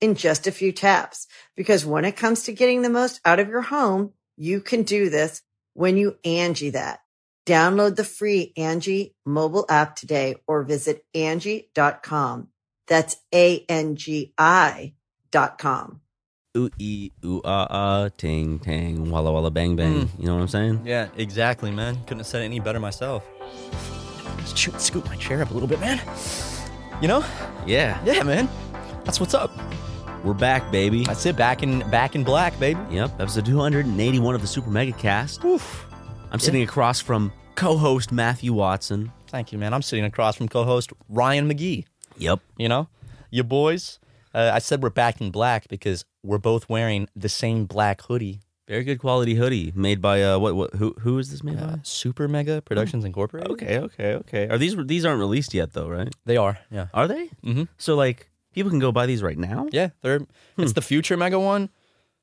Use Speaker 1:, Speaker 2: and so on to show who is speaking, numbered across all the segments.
Speaker 1: in just a few taps. Because when it comes to getting the most out of your home, you can do this when you Angie that. Download the free Angie mobile app today or visit Angie.com. That's A-N-G-I dot com.
Speaker 2: Ooh ee, ooh ah ah, ting tang, walla walla bang bang. You know what I'm saying?
Speaker 3: Yeah, exactly, man. Couldn't have said it any better myself. Shoot, scoot my chair up a little bit, man. You know?
Speaker 2: Yeah.
Speaker 3: Yeah, man. That's what's up.
Speaker 2: We're back, baby.
Speaker 3: That's it. Back in back in black, baby.
Speaker 2: Yep, episode 281 of the Super Mega Cast. I'm sitting across from co-host Matthew Watson.
Speaker 3: Thank you, man. I'm sitting across from co-host Ryan McGee.
Speaker 2: Yep.
Speaker 3: You know, you boys. Uh, I said we're back in black because we're both wearing the same black hoodie.
Speaker 2: Very good quality hoodie made by uh what what who who is this made by?
Speaker 3: Uh, Super Mega Productions Incorporated.
Speaker 2: Uh, Okay, okay, okay. Are these these aren't released yet though, right?
Speaker 3: They are. Yeah.
Speaker 2: Are they?
Speaker 3: Mm-hmm.
Speaker 2: So like people can go buy these right now?
Speaker 3: Yeah, they're it's
Speaker 2: Hmm.
Speaker 3: the future mega one.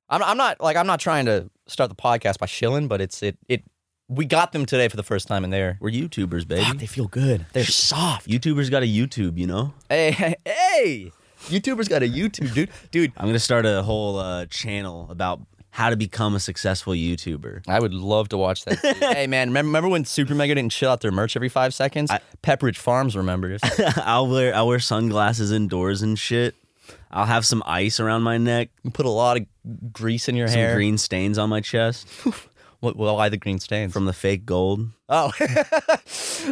Speaker 3: I'm I'm not like I'm not trying to start the podcast by shilling, but it's it it we got them today for the first time in there.
Speaker 2: We're YouTubers,
Speaker 3: Fuck,
Speaker 2: baby.
Speaker 3: they feel good. They're soft.
Speaker 2: YouTubers got a YouTube, you know?
Speaker 3: Hey, hey, hey. YouTubers got a YouTube, dude. Dude,
Speaker 2: I'm gonna start a whole uh, channel about how to become a successful YouTuber.
Speaker 3: I would love to watch that. hey man, remember, remember when Super Mega didn't chill out their merch every 5 seconds? Pepperidge Farms remembers.
Speaker 2: I'll wear I'll wear sunglasses indoors and shit. I'll have some ice around my neck,
Speaker 3: you put a lot of grease in your
Speaker 2: some
Speaker 3: hair.
Speaker 2: green stains on my chest
Speaker 3: What, well, why the green stains?
Speaker 2: from the fake gold.
Speaker 3: Oh,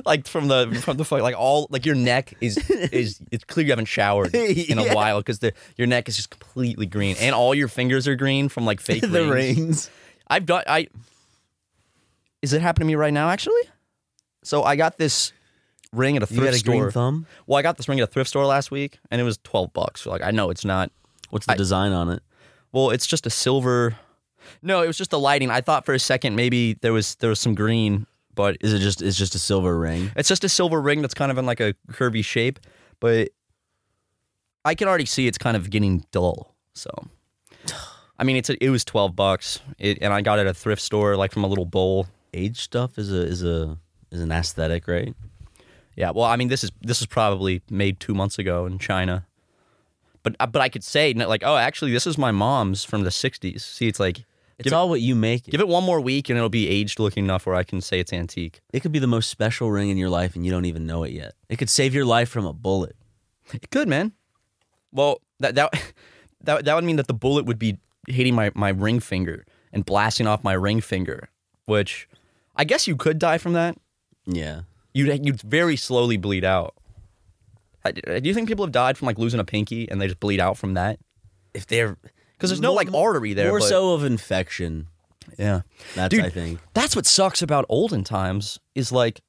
Speaker 3: like from the from the fuck, like all like your neck is is it's clear you haven't showered in a
Speaker 2: Yeah.
Speaker 3: while because the your neck is just completely green and all your fingers are green from like fake
Speaker 2: the
Speaker 3: rings.
Speaker 2: rings.
Speaker 3: I've done I. Is it happening to me right now? Actually, so I got this ring at a
Speaker 2: You
Speaker 3: thrift
Speaker 2: got a
Speaker 3: store.
Speaker 2: green thumb?
Speaker 3: Well, I got this ring at a thrift store last week, and it was twelve bucks. So, like I know it's not.
Speaker 2: What's the design on it?
Speaker 3: Well, it's just a silver. No, it was just the lighting. I thought for a second maybe there was there was some green, but
Speaker 2: Is it just it's just a silver ring?
Speaker 3: It's just a silver ring that's kind of in like a curvy shape, but I can already see it's kind of getting dull. So, I mean, it's a, it was twelve bucks, it, and I got it at a thrift store, like from a little bowl.
Speaker 2: Age stuff is a is a is an aesthetic, right?
Speaker 3: Yeah, well, I mean, this is this is probably made two months ago in China, but uh, but I could say like, oh, actually, this is my mom's from the '60s. See, it's like
Speaker 2: It's
Speaker 3: Give it-
Speaker 2: all what you make it.
Speaker 3: give it one more week, and it'll be aged looking enough where I can say it's antique.
Speaker 2: It could be the most special ring in your life and you don't even know it yet. It could save your life from a bullet.
Speaker 3: It could, man. Well, that that that that would mean that the bullet would be hitting my my ring finger and blasting off my ring finger, which I guess you could die from that.
Speaker 2: Yeah.
Speaker 3: You'd you'd very slowly bleed out. I- Do you think people have died from like losing a pinky and they just bleed out from that?
Speaker 2: If they're
Speaker 3: Because there's no
Speaker 2: More-
Speaker 3: like artery there.
Speaker 2: more
Speaker 3: but-
Speaker 2: so of infection.
Speaker 3: yeah.
Speaker 2: That's
Speaker 3: Dude,
Speaker 2: I think
Speaker 3: That's what sucks about olden times is like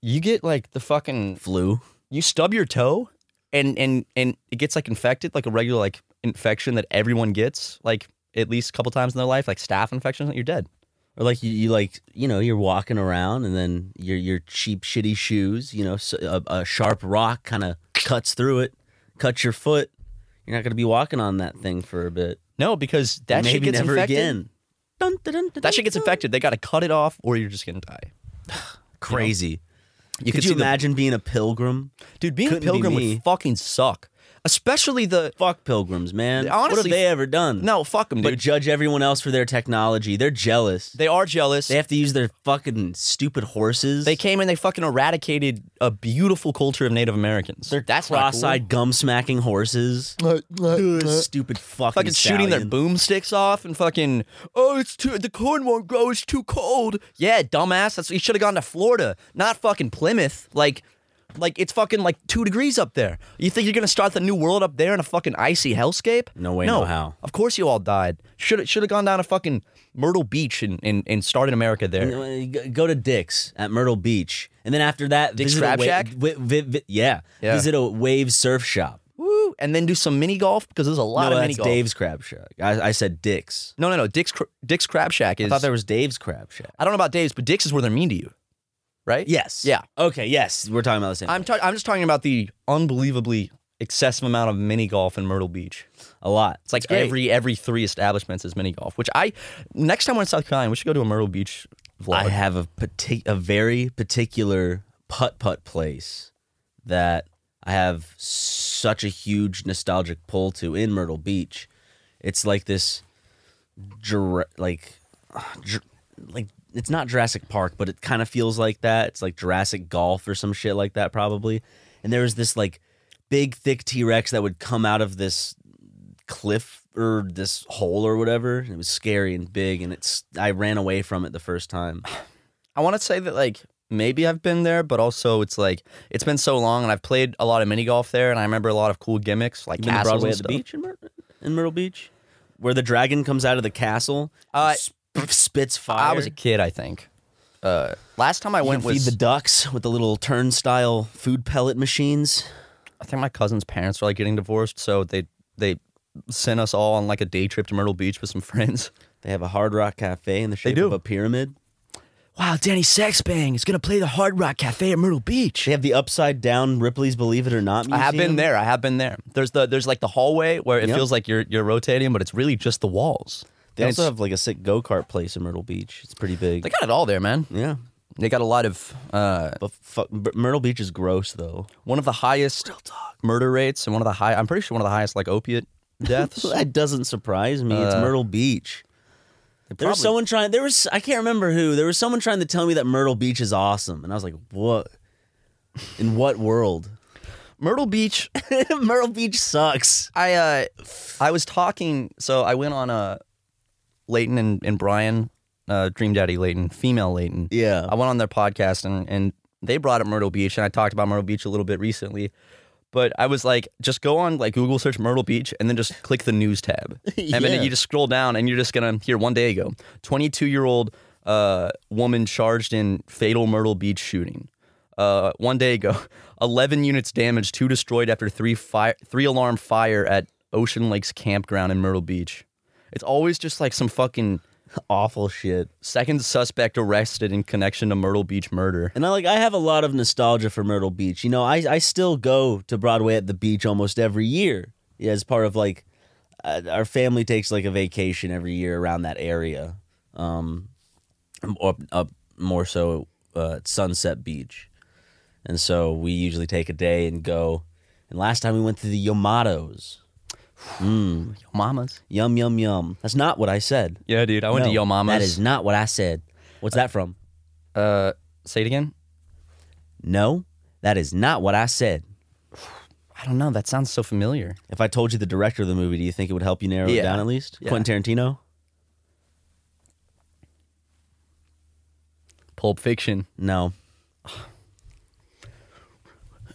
Speaker 3: you get like the fucking
Speaker 2: flu.
Speaker 3: you stub your toe and and and it gets like infected like a regular like infection that everyone gets like at least a couple times in their life like staph infection you're dead
Speaker 2: Or like you, you like you know you're walking around and then your your cheap shitty shoes you know s a a a sharp rock kind of cuts through it, cuts your foot. You're not gonna be walking on that thing for a bit.
Speaker 3: no because that shit
Speaker 2: Maybe
Speaker 3: gets
Speaker 2: never
Speaker 3: infected
Speaker 2: again. Dun, dun, dun, dun,
Speaker 3: that shit gets
Speaker 2: dun.
Speaker 3: infected they gotta cut it off or you're just gonna die
Speaker 2: Crazy.
Speaker 3: you
Speaker 2: Could
Speaker 3: can
Speaker 2: you
Speaker 3: see the-
Speaker 2: imagine being a pilgrim?
Speaker 3: dude being a
Speaker 2: Couldn't be
Speaker 3: pilgrim
Speaker 2: me.
Speaker 3: would fucking suck especially the
Speaker 2: Fuck pilgrims, man. what
Speaker 3: Honestly,
Speaker 2: have they ever done?
Speaker 3: no fuck them,
Speaker 2: but
Speaker 3: dude.
Speaker 2: judge everyone else for their technology. They're jealous.
Speaker 3: They are jealous.
Speaker 2: They have to use their fucking stupid horses.
Speaker 3: They came and they fucking eradicated a beautiful culture of Native Americans.
Speaker 2: They're
Speaker 3: That's not cool.
Speaker 2: cross-eyed, gum-smacking horses. stupid fucking
Speaker 3: Fucking shooting their
Speaker 2: stallion.
Speaker 3: boomsticks off and fucking oh it's too the corn won't grow it's too cold yeah dumbass that's you should have gone to Florida not fucking Plymouth like like it's fucking like two degrees up there you think you're gonna start the new world up there in a fucking icy hellscape
Speaker 2: No way, no how.
Speaker 3: of course you all died should should have gone down to fucking Myrtle Beach and and, and started America there
Speaker 2: Uh, Go to Dick's at Myrtle Beach, and then after that,
Speaker 3: Dick's
Speaker 2: visit a
Speaker 3: Crab
Speaker 2: wa-
Speaker 3: Shack?
Speaker 2: wi- vi- vi- yeah,
Speaker 3: Yeah.
Speaker 2: visit a wave surf shop.
Speaker 3: Woo! and then do some mini golf because there's a lot
Speaker 2: no,
Speaker 3: of mini
Speaker 2: that's
Speaker 3: golf
Speaker 2: Dave's Crab Shack. I, I said Dick's.
Speaker 3: no no no Dick's Cr- Dick's Crab Shack is
Speaker 2: I thought there was Dave's Crab Shack.
Speaker 3: I don't know about Dave's, but Dick's is where they're mean to you, right?
Speaker 2: Yes.
Speaker 3: Yeah.
Speaker 2: Okay. Yes, we're talking about the same.
Speaker 3: I'm ta- I'm just talking about the unbelievably excessive amount of mini golf in Myrtle Beach.
Speaker 2: a lot.
Speaker 3: It's like
Speaker 2: great.
Speaker 3: every every three establishments is mini golf. Which I next time we're in South Carolina, we should go to a Myrtle Beach vlog.
Speaker 2: I have a partic- a very particular putt putt place that I have such a huge nostalgic pull to in Myrtle Beach. It's like this, jura- like, uh, jur- like it's not Jurassic Park, but it kind of feels like that. It's like Jurassic Golf or some shit like that, probably. And there was this like big thick T Rex that would come out of this cliff or this hole or whatever. And it was scary and big, and it's I ran away from it the first time.
Speaker 3: I want to say that like maybe I've been there, but also it's like it's been so long, and I've played a lot of mini golf there, and I remember a lot of cool gimmicks like
Speaker 2: You been to
Speaker 3: castles
Speaker 2: Broadway
Speaker 3: and
Speaker 2: at the
Speaker 3: stuff.
Speaker 2: beach in, Myr- in Myrtle Beach, where the dragon comes out of the castle,
Speaker 3: Uh,
Speaker 2: sp- spits fire.
Speaker 3: I was a kid, I think. Uh, last time I
Speaker 2: You
Speaker 3: went
Speaker 2: can
Speaker 3: was
Speaker 2: feed the ducks with the little turnstile food pellet machines.
Speaker 3: I think my cousin's parents were like getting divorced, so they they sent us all on like a day trip to Myrtle Beach with some friends.
Speaker 2: They have a Hard Rock Cafe in the shape
Speaker 3: do.
Speaker 2: of a pyramid.
Speaker 3: Wow, Danny Sexbang is gonna play the Hard Rock Cafe at Myrtle Beach.
Speaker 2: They have the upside down Ripley's Believe It or Not
Speaker 3: I
Speaker 2: museum.
Speaker 3: have been there. I have been there. There's the there's like the hallway where it
Speaker 2: Yep.
Speaker 3: feels like you're you're rotating, but it's really just the walls.
Speaker 2: They
Speaker 3: And
Speaker 2: also
Speaker 3: it's-
Speaker 2: have like a sick go kart place in Myrtle Beach. It's pretty big.
Speaker 3: they got it all there, man.
Speaker 2: yeah,
Speaker 3: They got a lot of uh,
Speaker 2: but fuck, but Myrtle Beach is gross though.
Speaker 3: one of the highest murder rates and one of the high. I'm pretty sure one of the highest like opiate deaths.
Speaker 2: That doesn't surprise me. it's Myrtle Beach. There was
Speaker 3: probably-
Speaker 2: someone trying. There was I can't remember who. There was someone trying to tell me that Myrtle Beach is awesome, and I was like, "What? In what world?
Speaker 3: Myrtle Beach
Speaker 2: Myrtle Beach sucks."
Speaker 3: I uh, I was talking. So I went on uh, Leighton and, and Brian, uh, Dream Daddy Leighton, female Leighton.
Speaker 2: Yeah.
Speaker 3: I went on their podcast and and they brought up Myrtle Beach and I talked about Myrtle Beach a little bit recently. But I was like, just go on like Google search Myrtle Beach and then just click the news tab. And
Speaker 2: Yeah.
Speaker 3: then you just scroll down and you're just gonna hear one day ago, 22 year old uh, woman charged in fatal Myrtle Beach shooting. Uh, one day ago, 11 units damaged, two destroyed after three fire, three alarm fire at Ocean Lakes campground in Myrtle Beach. It's always just like some fucking
Speaker 2: Awful shit.
Speaker 3: second suspect arrested in connection to Myrtle Beach murder.
Speaker 2: And I like I have a lot of nostalgia for Myrtle Beach. You know, I I still go to Broadway at the beach almost every year yeah, as part of like uh, our family takes like a vacation every year around that area. Um up, up more so uh, at Sunset Beach. And so we usually take a day and go. And last time we went to the Yomatos.
Speaker 3: Yo mamas.
Speaker 2: Yum yum yum. That's not what I said.
Speaker 3: Yeah, dude. I went
Speaker 2: No,
Speaker 3: to Yo Mamas.
Speaker 2: That is not what I said. What's that from?
Speaker 3: uh, say it again.
Speaker 2: No, that is not what I said.
Speaker 3: I don't know. That sounds so familiar.
Speaker 2: If I told you the director of the movie, do you think it would help you narrow it
Speaker 3: Yeah.
Speaker 2: down at least?
Speaker 3: Yeah.
Speaker 2: Quentin Tarantino?
Speaker 3: Pulp Fiction.
Speaker 2: No.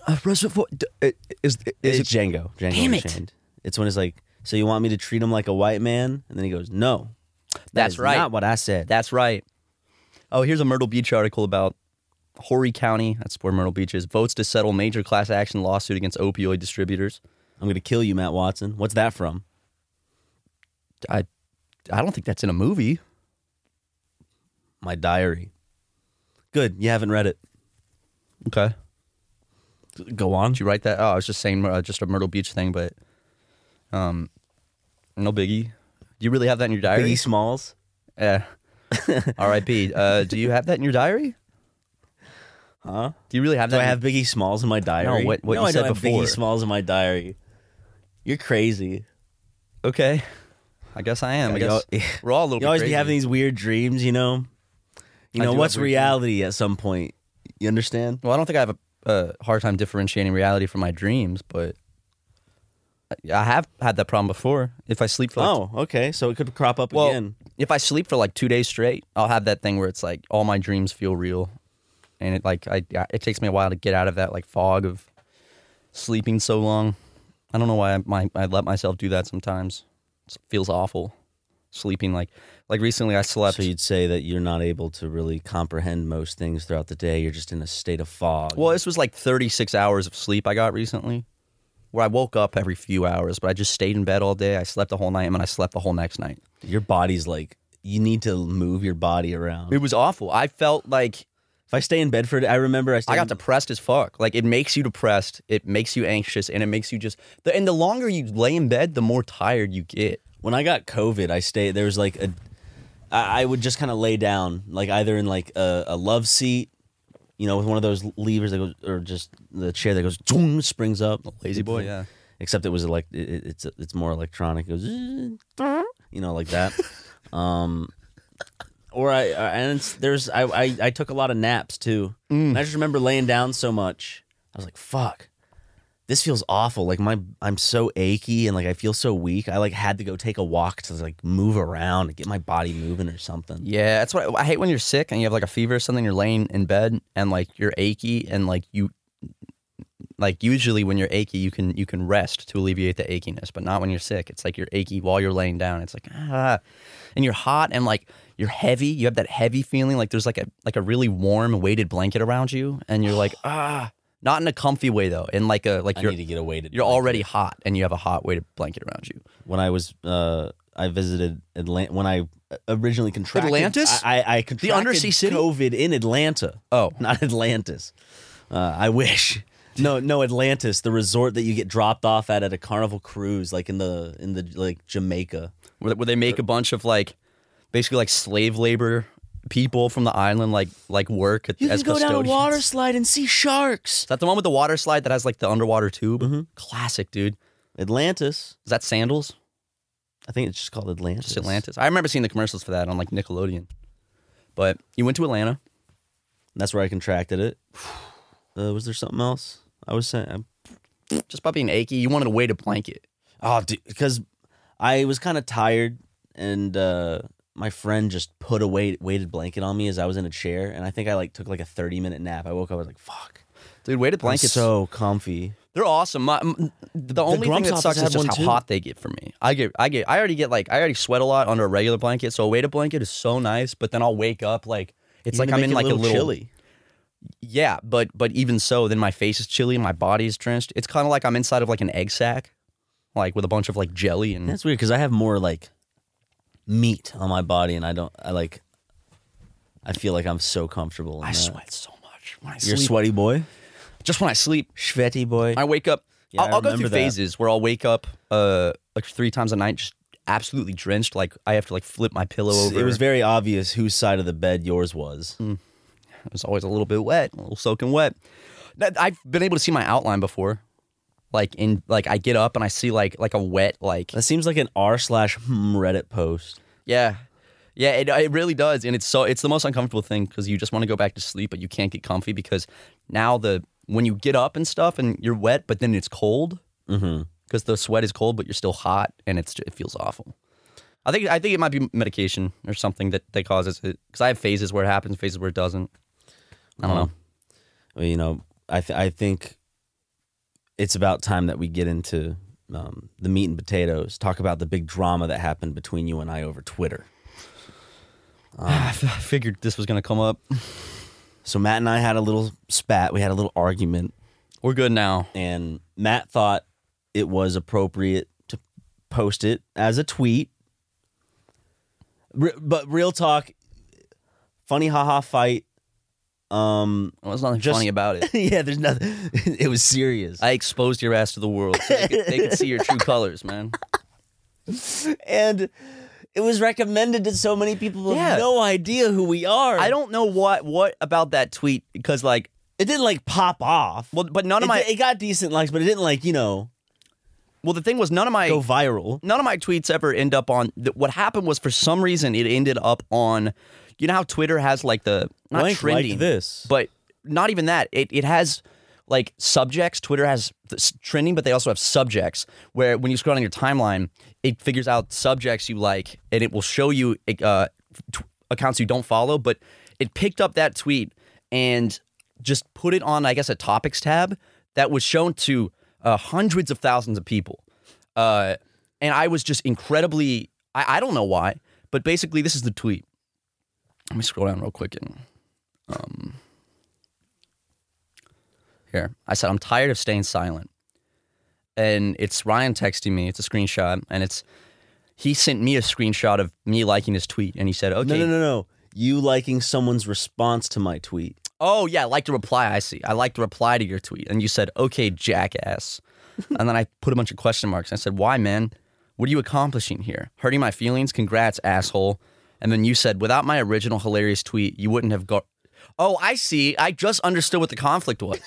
Speaker 3: Uh, Reservoir. D- uh, is
Speaker 2: It's
Speaker 3: is
Speaker 2: Django. Django
Speaker 3: Damn it.
Speaker 2: Unchained. It's when it's like, so you want me to treat him like a white man? And then he goes, no. that
Speaker 3: That's
Speaker 2: is
Speaker 3: right.
Speaker 2: not what I said.
Speaker 3: That's right. Oh, here's a Myrtle Beach article about Horry County. That's where Myrtle Beach is. Votes to settle major class action lawsuit against opioid distributors.
Speaker 2: I'm going to kill you, Matt Watson. What's that from?
Speaker 3: I, I don't think that's in a movie.
Speaker 2: My diary. Good. You haven't read it.
Speaker 3: Okay.
Speaker 2: Go on.
Speaker 3: Did you write that? Oh, I was just saying, uh, just a Myrtle Beach thing, but um, no biggie. Do you really have that in your diary? Eh.
Speaker 2: Biggie Smalls.
Speaker 3: Yeah. R.I.P. Uh, do you have that in your diary?
Speaker 2: Huh?
Speaker 3: Do you really have
Speaker 2: Do
Speaker 3: that?
Speaker 2: I
Speaker 3: in-
Speaker 2: have Biggie Smalls in my diary?
Speaker 3: what- what
Speaker 2: no,
Speaker 3: you
Speaker 2: I
Speaker 3: said
Speaker 2: don't have
Speaker 3: before.
Speaker 2: Biggie Smalls in my diary. You're crazy.
Speaker 3: Okay. I guess I am. I
Speaker 2: Yeah, y'all-
Speaker 3: guess we're all a little
Speaker 2: You
Speaker 3: bit
Speaker 2: always
Speaker 3: crazy.
Speaker 2: be having these weird dreams, you know. You
Speaker 3: I
Speaker 2: know
Speaker 3: do
Speaker 2: what's
Speaker 3: have weird
Speaker 2: reality at some point. You understand?
Speaker 3: Well, I don't think I have a, a hard time differentiating reality from my dreams, but I- I have had that problem before. If I sleep for like,
Speaker 2: Oh, okay. So it could crop up
Speaker 3: well,
Speaker 2: again.
Speaker 3: if I sleep for like two days straight, I'll have that thing where it's like all my dreams feel real, and it like I I- it takes me a while to get out of that like fog of sleeping so long. I don't know why I, my I let myself do that sometimes. It feels awful sleeping like like recently I slept.
Speaker 2: So you'd say that you're not able to really comprehend most things throughout the day. You're just in a state of fog.
Speaker 3: Well, this was like 36 hours of sleep I got recently, where I woke up every few hours, but I just stayed in bed all day. I slept the whole night, and then I slept the whole next night.
Speaker 2: your body's like you need to move your body around.
Speaker 3: It was awful. I felt like
Speaker 2: If I stay in bed for, a day- I remember I, stayed
Speaker 3: I got
Speaker 2: in-
Speaker 3: depressed as fuck. Like it makes you depressed, it makes you anxious, and it makes you just. The, and the longer you lay in bed, the more tired you get.
Speaker 2: when I got COVID. I stayed there was like a, I, I would just kind of lay down like either in like a, a love seat, you know, with one of those levers that goes or just the chair that goes zoom springs up.
Speaker 3: Lazy boy, yeah.
Speaker 2: Except it was like it, it- it's it's more electronic. It goes, you know, like that. um, or I, I and it's, there's I, I I took a lot of naps too.
Speaker 3: Mm.
Speaker 2: And I just remember laying down so much. I was like, fuck. This feels awful. Like my I'm so achy and like I feel so weak. I like had to go take a walk to like move around and get my body moving or something.
Speaker 3: Yeah, that's what I, I hate when you're sick and you have like a fever or something. You're laying in bed and like you're achy and like you, like usually when you're achy, you can you can rest to alleviate the achiness, but not when you're sick. It's like you're achy while you're laying down. It's like ah, and you're hot and like you're heavy. You have that heavy feeling like there's like a like a really warm weighted blanket around you, and you're like ah, not in a comfy way though, in like a like
Speaker 2: I
Speaker 3: you're
Speaker 2: need to get away to
Speaker 3: you're already hot and you have a hot weighted blanket around you.
Speaker 2: when I was uh I visited Atlanta when I originally contracted
Speaker 3: Atlantis?
Speaker 2: I I, I contracted
Speaker 3: undersea city?
Speaker 2: COVID in Atlanta.
Speaker 3: Oh.
Speaker 2: not Atlantis. Uh, I wish. No, no, Atlantis, the resort that you get dropped off at at a carnival cruise, like in the in the like Jamaica.
Speaker 3: where, where they make a bunch of like basically like slave labor people from the island like like work at, as custodians.
Speaker 2: slide and see sharks.
Speaker 3: Is that the one with the water slide that has like the underwater tube?
Speaker 2: Mm-hmm.
Speaker 3: Classic, dude.
Speaker 2: Atlantis.
Speaker 3: Is that sandals?
Speaker 2: I think it's just called Atlantis.
Speaker 3: Just Atlantis. I remember seeing the commercials for that on like Nickelodeon. But you went to Atlanta.
Speaker 2: That's where I contracted it. Uh, was there something else I was saying?
Speaker 3: Just by being achy, you wanted to weight a blanket.
Speaker 2: Oh, dude, because I was kind of tired, and uh, my friend just put a weight, weighted blanket on me as I was in a chair, and I think I like took like a thirty minute nap. I woke up, I was like, "Fuck,
Speaker 3: Dude, weighted
Speaker 2: I'm
Speaker 3: blankets.
Speaker 2: so comfy."
Speaker 3: They're awesome. My, m- the only thing
Speaker 2: Grump's
Speaker 3: that
Speaker 2: office
Speaker 3: sucks is
Speaker 2: had
Speaker 3: just
Speaker 2: one
Speaker 3: how
Speaker 2: too.
Speaker 3: hot they get for me. I get, I get, I already get like, I already sweat a lot under a regular blanket, so a weighted blanket is so nice. But then I'll wake up like it's
Speaker 2: You're
Speaker 3: like
Speaker 2: gonna
Speaker 3: I'm in
Speaker 2: make
Speaker 3: like
Speaker 2: it
Speaker 3: a little,
Speaker 2: chilly.
Speaker 3: yeah. But but even so, then my face is chilly, my body is drenched. It's kind of like I'm inside of like an egg sack, like with a bunch of like jelly and
Speaker 2: That's weird because I have more like meat on my body, and I don't. I like. I feel like I'm so comfortable. in
Speaker 3: I
Speaker 2: that.
Speaker 3: sweat so much when I
Speaker 2: You're
Speaker 3: sleep.
Speaker 2: sweaty boy,
Speaker 3: Just when I sleep,
Speaker 2: sweaty boy.
Speaker 3: I wake up.
Speaker 2: Yeah,
Speaker 3: I'll,
Speaker 2: I
Speaker 3: I'll go through
Speaker 2: remember that.
Speaker 3: phases where I'll wake up uh like three times a night, just absolutely drenched. Like I have to like flip my pillow over.
Speaker 2: It was very obvious whose side of the bed yours was.
Speaker 3: It was always a little bit wet, a little soaking wet. That- I've been able to see my outline before. Like in like I get up and I see like like a wet like
Speaker 2: That seems like an r slash hmm Reddit post.
Speaker 3: yeah. Yeah, it, it really does and it's so it's the most uncomfortable thing cuz you just want to go back to sleep but you can't get comfy because now the when you get up and stuff and you're wet but then it's cold
Speaker 2: Mm-hmm.
Speaker 3: cuz the sweat is cold but you're still hot and it's it feels awful. I think I think it might be medication or something that that causes it cuz I have phases where it happens, phases where it doesn't. I don't know.
Speaker 2: Well, you know, I th- I think it's about time that we get into um, the meat and potatoes. Talk about the big drama that happened between you and I over Twitter. Oh.
Speaker 3: I f- figured this was going to come up.
Speaker 2: So Matt and I had a little spat. We had a little argument,
Speaker 3: We're good now.
Speaker 2: and Matt thought it was appropriate to post it as a tweet. Re- but real talk, funny haha fight. Um,
Speaker 3: Well, there's nothing
Speaker 2: Just-
Speaker 3: funny about it.
Speaker 2: yeah, there's nothing. it was serious.
Speaker 3: I exposed your ass to the world. So they, could, they could see your true colors, man.
Speaker 2: and it was recommended to so many people with
Speaker 3: Yeah.
Speaker 2: no idea who we are.
Speaker 3: I don't know what what about that tweet because like
Speaker 2: It didn't like pop off.
Speaker 3: well, but none
Speaker 2: it,
Speaker 3: of my
Speaker 2: it got decent likes, but it didn't like you know.
Speaker 3: Well, the thing was, none of my
Speaker 2: Go viral.
Speaker 3: none of my tweets ever end up on. Th- what happened was, for some reason, it ended up on. You know how Twitter has like the not
Speaker 2: Blank liked
Speaker 3: trending
Speaker 2: this.
Speaker 3: but not even that. It it has like subjects. Twitter has th- s- trending, but they also have subjects where when you scroll on your timeline, it figures out subjects you like, and it will show you uh, t- accounts you don't follow. But it picked up that tweet and just put it on, I guess, a topics tab that was shown to uh, hundreds of thousands of people. Uh, and I was just incredibly, I, I don't know why, but basically, this is the tweet. Let me scroll down real quick and Here. I said, I'm tired of staying silent. And it's Ryan texting me. It's a screenshot. And it's, he sent me a screenshot of me liking his tweet. And he said, okay.
Speaker 2: No, no, no, no. You liking someone's response to my tweet.
Speaker 3: Oh, yeah. I like to reply. I see. I like to reply to your tweet. And you said, okay, jackass. and then I put a bunch of question marks. And I said, why, man? What are you accomplishing here? Hurting my feelings? Congrats, asshole. And then you said, without my original hilarious tweet, you wouldn't have got. Oh, I see. I just understood what the conflict was.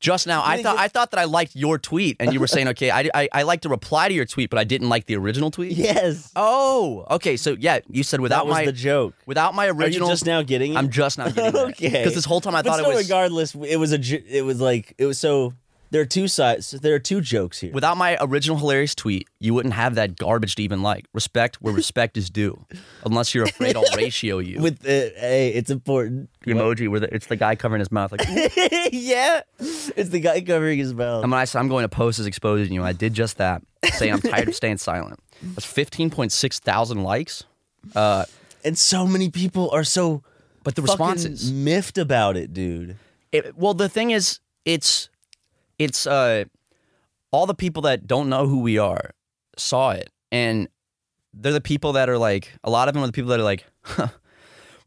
Speaker 3: just now i thought i thought that i liked your tweet and you were saying okay I, I, I like to reply to your tweet but i didn't like the original tweet
Speaker 2: yes.
Speaker 3: oh okay so yeah you said without
Speaker 2: That was
Speaker 3: my
Speaker 2: the joke.
Speaker 3: without my
Speaker 2: Are you
Speaker 3: original
Speaker 2: just now getting it?
Speaker 3: i'm just not getting
Speaker 2: okay.
Speaker 3: because this whole time i
Speaker 2: but
Speaker 3: thought
Speaker 2: so
Speaker 3: it was
Speaker 2: regardless, it was a. j- It was like it was so. There are two sides. There are two jokes here.
Speaker 3: without my original hilarious tweet you wouldn't have that garbage to even like respect where respect is due unless you're afraid i'll ratio you
Speaker 2: With the hey, it's important.
Speaker 3: the emoji where the, it's the guy covering his mouth like
Speaker 2: yeah, it's the guy covering his mouth.
Speaker 3: I'm, I said, I'm going to post as exposing you. And I did just that. Saying I'm tired of staying silent. That's 15.6 thousand likes. Uh,
Speaker 2: and so many people are so
Speaker 3: but the
Speaker 2: fucking
Speaker 3: responses.
Speaker 2: miffed about it, dude.
Speaker 3: It, well, the thing is, it's it's uh, all the people that don't know who we are saw it, and they're the people that are like a lot of them are the people that are like, huh,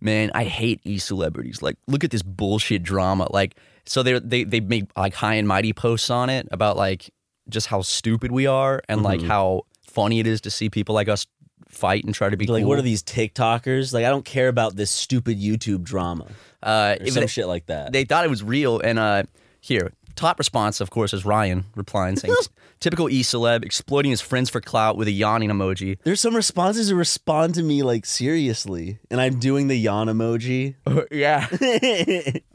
Speaker 3: man, I hate e celebrities. Like, look at this bullshit drama. Like, so they they they made like high and mighty posts on it about like just how stupid we are and
Speaker 2: Mm-hmm.
Speaker 3: like how funny it is to see people like us fight and try to be
Speaker 2: Like,
Speaker 3: cool.
Speaker 2: what are these TikTokers? Like, I don't care about this stupid YouTube drama
Speaker 3: uh,
Speaker 2: or
Speaker 3: if
Speaker 2: some
Speaker 3: they-
Speaker 2: shit like that.
Speaker 3: they thought it was real. And uh, here, top response, of course, is Ryan replying saying, "Typical E celeb exploiting his friends for clout with a yawning emoji."
Speaker 2: There's some responses who respond to me like seriously, and I'm doing the yawn emoji.
Speaker 3: yeah,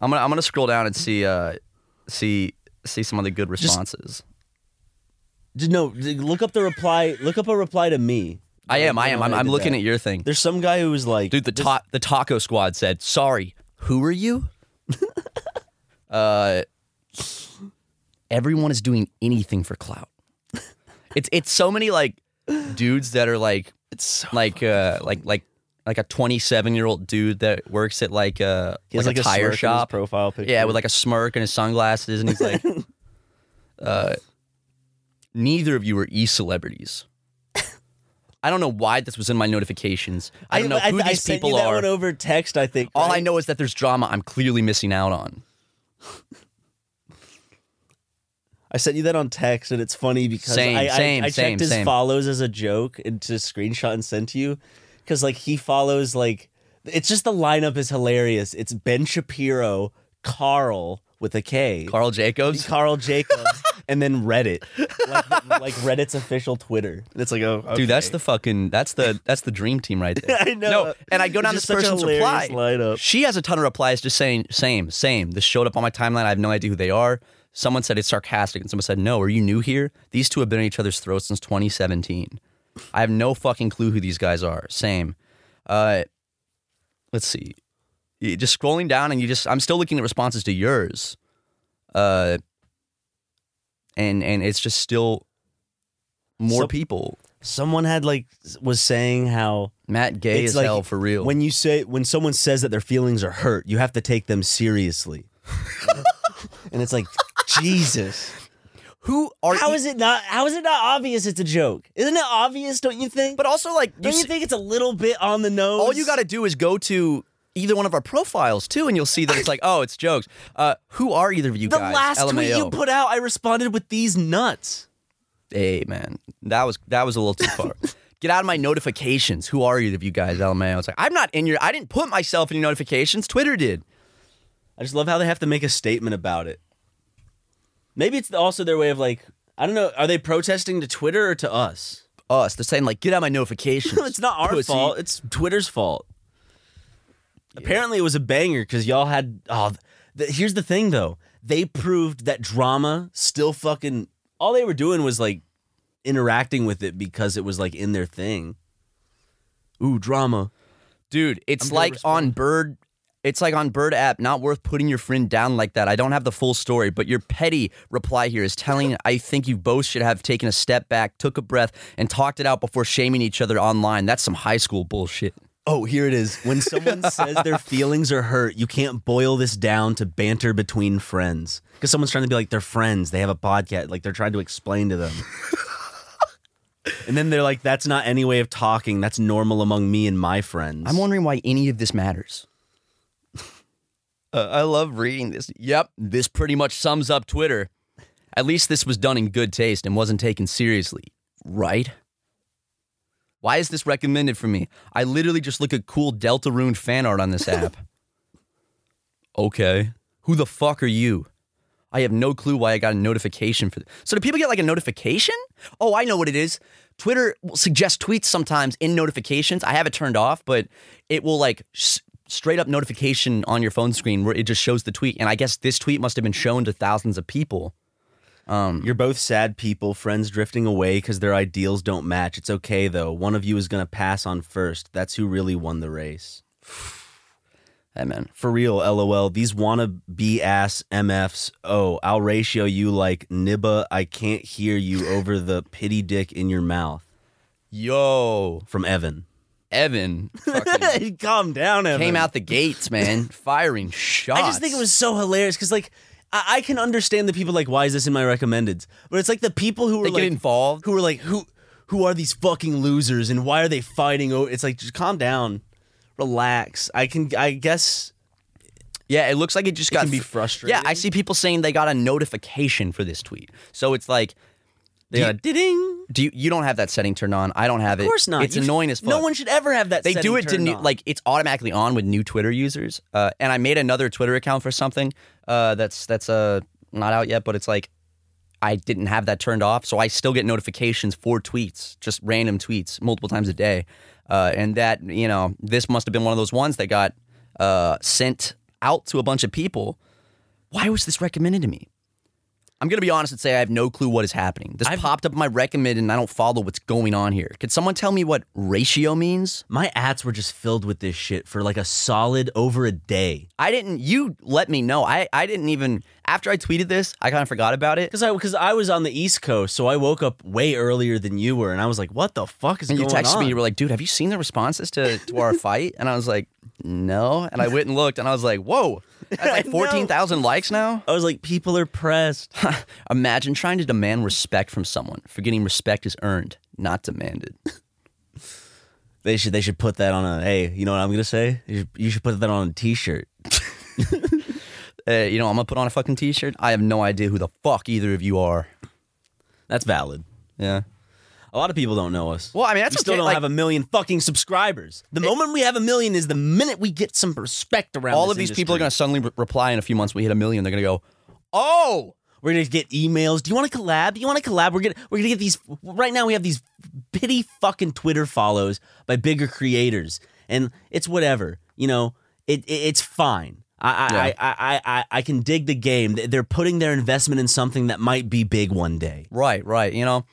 Speaker 3: I'm gonna I'm gonna scroll down and see uh, see see some of the good responses.
Speaker 2: Just- no, d- look up the reply. Look up a reply to me.
Speaker 3: I am, I am, I'm,
Speaker 2: I
Speaker 3: I'm
Speaker 2: did
Speaker 3: looking
Speaker 2: that.
Speaker 3: at your thing,
Speaker 2: There's some guy who was like,
Speaker 3: dude. The ta- the taco squad said, "Sorry, who are you?" uh, everyone is doing anything for clout. It's it's so many like dudes that are like
Speaker 2: it's so,
Speaker 3: like uh like like like a 27 year old dude that works at like a
Speaker 2: he has
Speaker 3: like, a
Speaker 2: smirk in
Speaker 3: tire
Speaker 2: his
Speaker 3: shop
Speaker 2: profile picture.
Speaker 3: yeah with like a smirk and his sunglasses and he's like uh neither of you are e celebrities i don't know why this was in my notifications i don't know who
Speaker 2: I
Speaker 3: these
Speaker 2: sent
Speaker 3: people
Speaker 2: you that
Speaker 3: are
Speaker 2: one over text. I think.
Speaker 3: all i
Speaker 2: right?
Speaker 3: know is that there's drama i'm clearly missing out on
Speaker 2: I sent you that on text, and it's funny because
Speaker 3: Same,
Speaker 2: I, I-
Speaker 3: same,
Speaker 2: I checked
Speaker 3: same,
Speaker 2: his
Speaker 3: same.
Speaker 2: follows as a joke and to screenshot and sent to you because like he follows like it's just the lineup is hilarious. It's Ben Shapiro, Carl with a K,
Speaker 3: carl jacobs
Speaker 2: Carl Jacobs, and then Reddit, like, like Reddit's official Twitter. And it's like, oh,
Speaker 3: Dude, that's the fucking that's the that's the dream team right there.
Speaker 2: I know.
Speaker 3: No, and I go
Speaker 2: It's
Speaker 3: down
Speaker 2: just
Speaker 3: this
Speaker 2: such a
Speaker 3: person's reply.
Speaker 2: hilarious lineup.
Speaker 3: She has a ton of replies just saying same, same. This showed up on my timeline. I have no idea who they are. Someone said it's sarcastic, and someone said, "No, are you new here? These two have been at each other's throats since 2017. I have no fucking clue who these guys are." Same. Uh, let's see. You- Just scrolling down, and you just I'm still looking at responses to yours. Uh, and and it's just still more
Speaker 2: So-
Speaker 3: people.
Speaker 2: someone had like s- was saying how
Speaker 3: Matt Gay
Speaker 2: It's
Speaker 3: is
Speaker 2: like
Speaker 3: hell for real.
Speaker 2: when you say when someone says that their feelings are hurt, you have to take them seriously, and it's like Jesus.
Speaker 3: who are
Speaker 2: How is it not? How is it not obvious? It's a joke, isn't it obvious? Don't you think?
Speaker 3: But also, like, you
Speaker 2: don't you
Speaker 3: s-
Speaker 2: think it's a little bit on the nose?
Speaker 3: all you got to do is go to either one of our profiles too, and you'll see that it's like, oh, it's jokes. Uh, who are either of you
Speaker 2: The
Speaker 3: guys?
Speaker 2: last tweet
Speaker 3: LMAO.
Speaker 2: you put out, I responded with these nuts.
Speaker 3: Hey man, that was that was a little too far. Get out of my notifications. Who are either of you guys? LMAO. It's like I'm not in your. I didn't put myself in your notifications. Twitter did.
Speaker 2: I just love how they have to make a statement about it. Maybe it's also their way of like, I don't know. Are they protesting to Twitter or to us?
Speaker 3: Us, they're saying like, get out my notifications.
Speaker 2: it's not our
Speaker 3: pussy.
Speaker 2: fault. It's Twitter's fault. Apparently, it was a banger because y'all had. Oh, th- here's the thing though. They proved that drama still fucking. All they were doing was like interacting with it because it was like in their thing. Ooh, drama.
Speaker 3: dude. It's
Speaker 2: I'm gonna
Speaker 3: like on
Speaker 2: respond.
Speaker 3: Bird. It's like on Bird app. Not worth putting your friend down like that. I don't have the full story, but your petty reply here is telling. I think you both should have taken a step back, took a breath, and talked it out before shaming each other online. That's some high school bullshit.
Speaker 2: Oh, here it is. When someone says their feelings are hurt, you can't boil this down to banter between friends. Because someone's trying to be like, they're friends. They have a podcast. Like, they're trying to explain to them. and then they're like, that's not any way of talking. That's normal among me and my friends.
Speaker 3: I'm wondering why any of this matters. uh, I love reading this. Yep, this pretty much sums up Twitter. At least this was done in good taste and wasn't taken seriously, right? Why is this recommended for me? I literally just look at cool Delta Rune fan art on this app. okay. Who the fuck are you? I have no clue why I got a notification for this. So do people get like a notification? Oh, I know what it is. Twitter will suggest tweets sometimes in notifications. I have it turned off, but it will like s straight up notification on your phone screen where it just shows the tweet. And I guess this tweet must have been shown to thousands of people.
Speaker 2: Hmm. You're both sad people, friends drifting away because their ideals don't match. It's okay, though. One of you is going to pass on first. That's who really won the race.
Speaker 3: Hey man,
Speaker 2: For real, lol. These wanna be ass MFs. Oh, I'll ratio you like Nibba. I can't hear you over the pity dick in your mouth.
Speaker 3: yo,
Speaker 2: From Evan.
Speaker 3: Evan fucking
Speaker 2: Calm down, Evan.
Speaker 3: came out the gates, man, firing shots.
Speaker 2: I just think it was so hilarious because, like, I-, I can understand the people like, why is this in my recommendeds? But it's like the people who
Speaker 3: they
Speaker 2: were like,
Speaker 3: get involved.
Speaker 2: who were like, who, who are these fucking losers and why are they fighting? over It's like, just calm down, relax. I can, I guess,
Speaker 3: Yeah, it looks like it just got
Speaker 2: can be
Speaker 3: th-
Speaker 2: frustrating.
Speaker 3: Yeah, I see people saying they got a notification for this tweet. So it's like
Speaker 2: they
Speaker 3: you-
Speaker 2: got a ding.
Speaker 3: do you, you don't have that setting turned on. I don't have it.
Speaker 2: Of course not.
Speaker 3: It's
Speaker 2: You sh-
Speaker 3: annoying as fuck.
Speaker 2: No one should ever have that.
Speaker 3: they do
Speaker 2: setting
Speaker 3: it to
Speaker 2: turned
Speaker 3: new,
Speaker 2: on.
Speaker 3: like it's automatically on with new Twitter users. Uh, and I made another Twitter account for something uh, that's that's uh, not out yet, but it's like I didn't have that turned off, so I still get notifications for tweets, just random tweets, multiple times a day. Uh, and that you know, this must have been one of those ones that got uh, sent out to a bunch of people. Why was this recommended to me? I'm gonna be honest and say I have no clue what is happening. This popped up in my recommend, and I don't follow what's going on here. Could someone tell me what ratio means?
Speaker 2: my ads were just filled with this shit for like a solid over a day
Speaker 3: I didn't. You let me know. I I didn't even after I tweeted this. I kind of forgot about it.
Speaker 2: because I because I was on the East Coast, so I woke up way earlier than you were, and I was like, "What the fuck is
Speaker 3: And you
Speaker 2: going
Speaker 3: texted
Speaker 2: on?"
Speaker 3: me. You were like, "Dude, have you seen the responses to to our fight?" And I was like, "No." And I went and looked, and I was like, "Whoa, that's like
Speaker 2: know.
Speaker 3: fourteen thousand likes now."
Speaker 2: I was like, "People are pressed."
Speaker 3: Imagine trying to demand respect from someone, forgetting respect is earned, not demanded.
Speaker 2: they should they should put that on a hey, you know what I'm gonna say? You should, you should put that on a T-shirt.
Speaker 3: Uh, you know, I'm gonna put on a fucking t-shirt. I have no idea who the fuck either of you are.
Speaker 2: That's valid.
Speaker 3: Yeah.
Speaker 2: A lot of people don't know us.
Speaker 3: Well, I mean, that's
Speaker 2: we still
Speaker 3: okay,
Speaker 2: don't
Speaker 3: like-
Speaker 2: have a million fucking subscribers. The moment we have a million is the minute we get some respect around.
Speaker 3: All
Speaker 2: this
Speaker 3: of these people are
Speaker 2: industry.
Speaker 3: gonna suddenly re- reply in a few months. We hit a million. They're gonna go, "Oh."
Speaker 2: We're gonna get emails. Do you want to collab? Do you want to collab? We're gonna we're gonna get these. Right now, we have these pity fucking Twitter follows by bigger creators, and it's whatever. You know, it, it it's fine. I, I,
Speaker 3: Yeah.
Speaker 2: I, I, I I can dig the game. They- They're putting their investment in something that might be big one day.
Speaker 3: Right. Right. You know.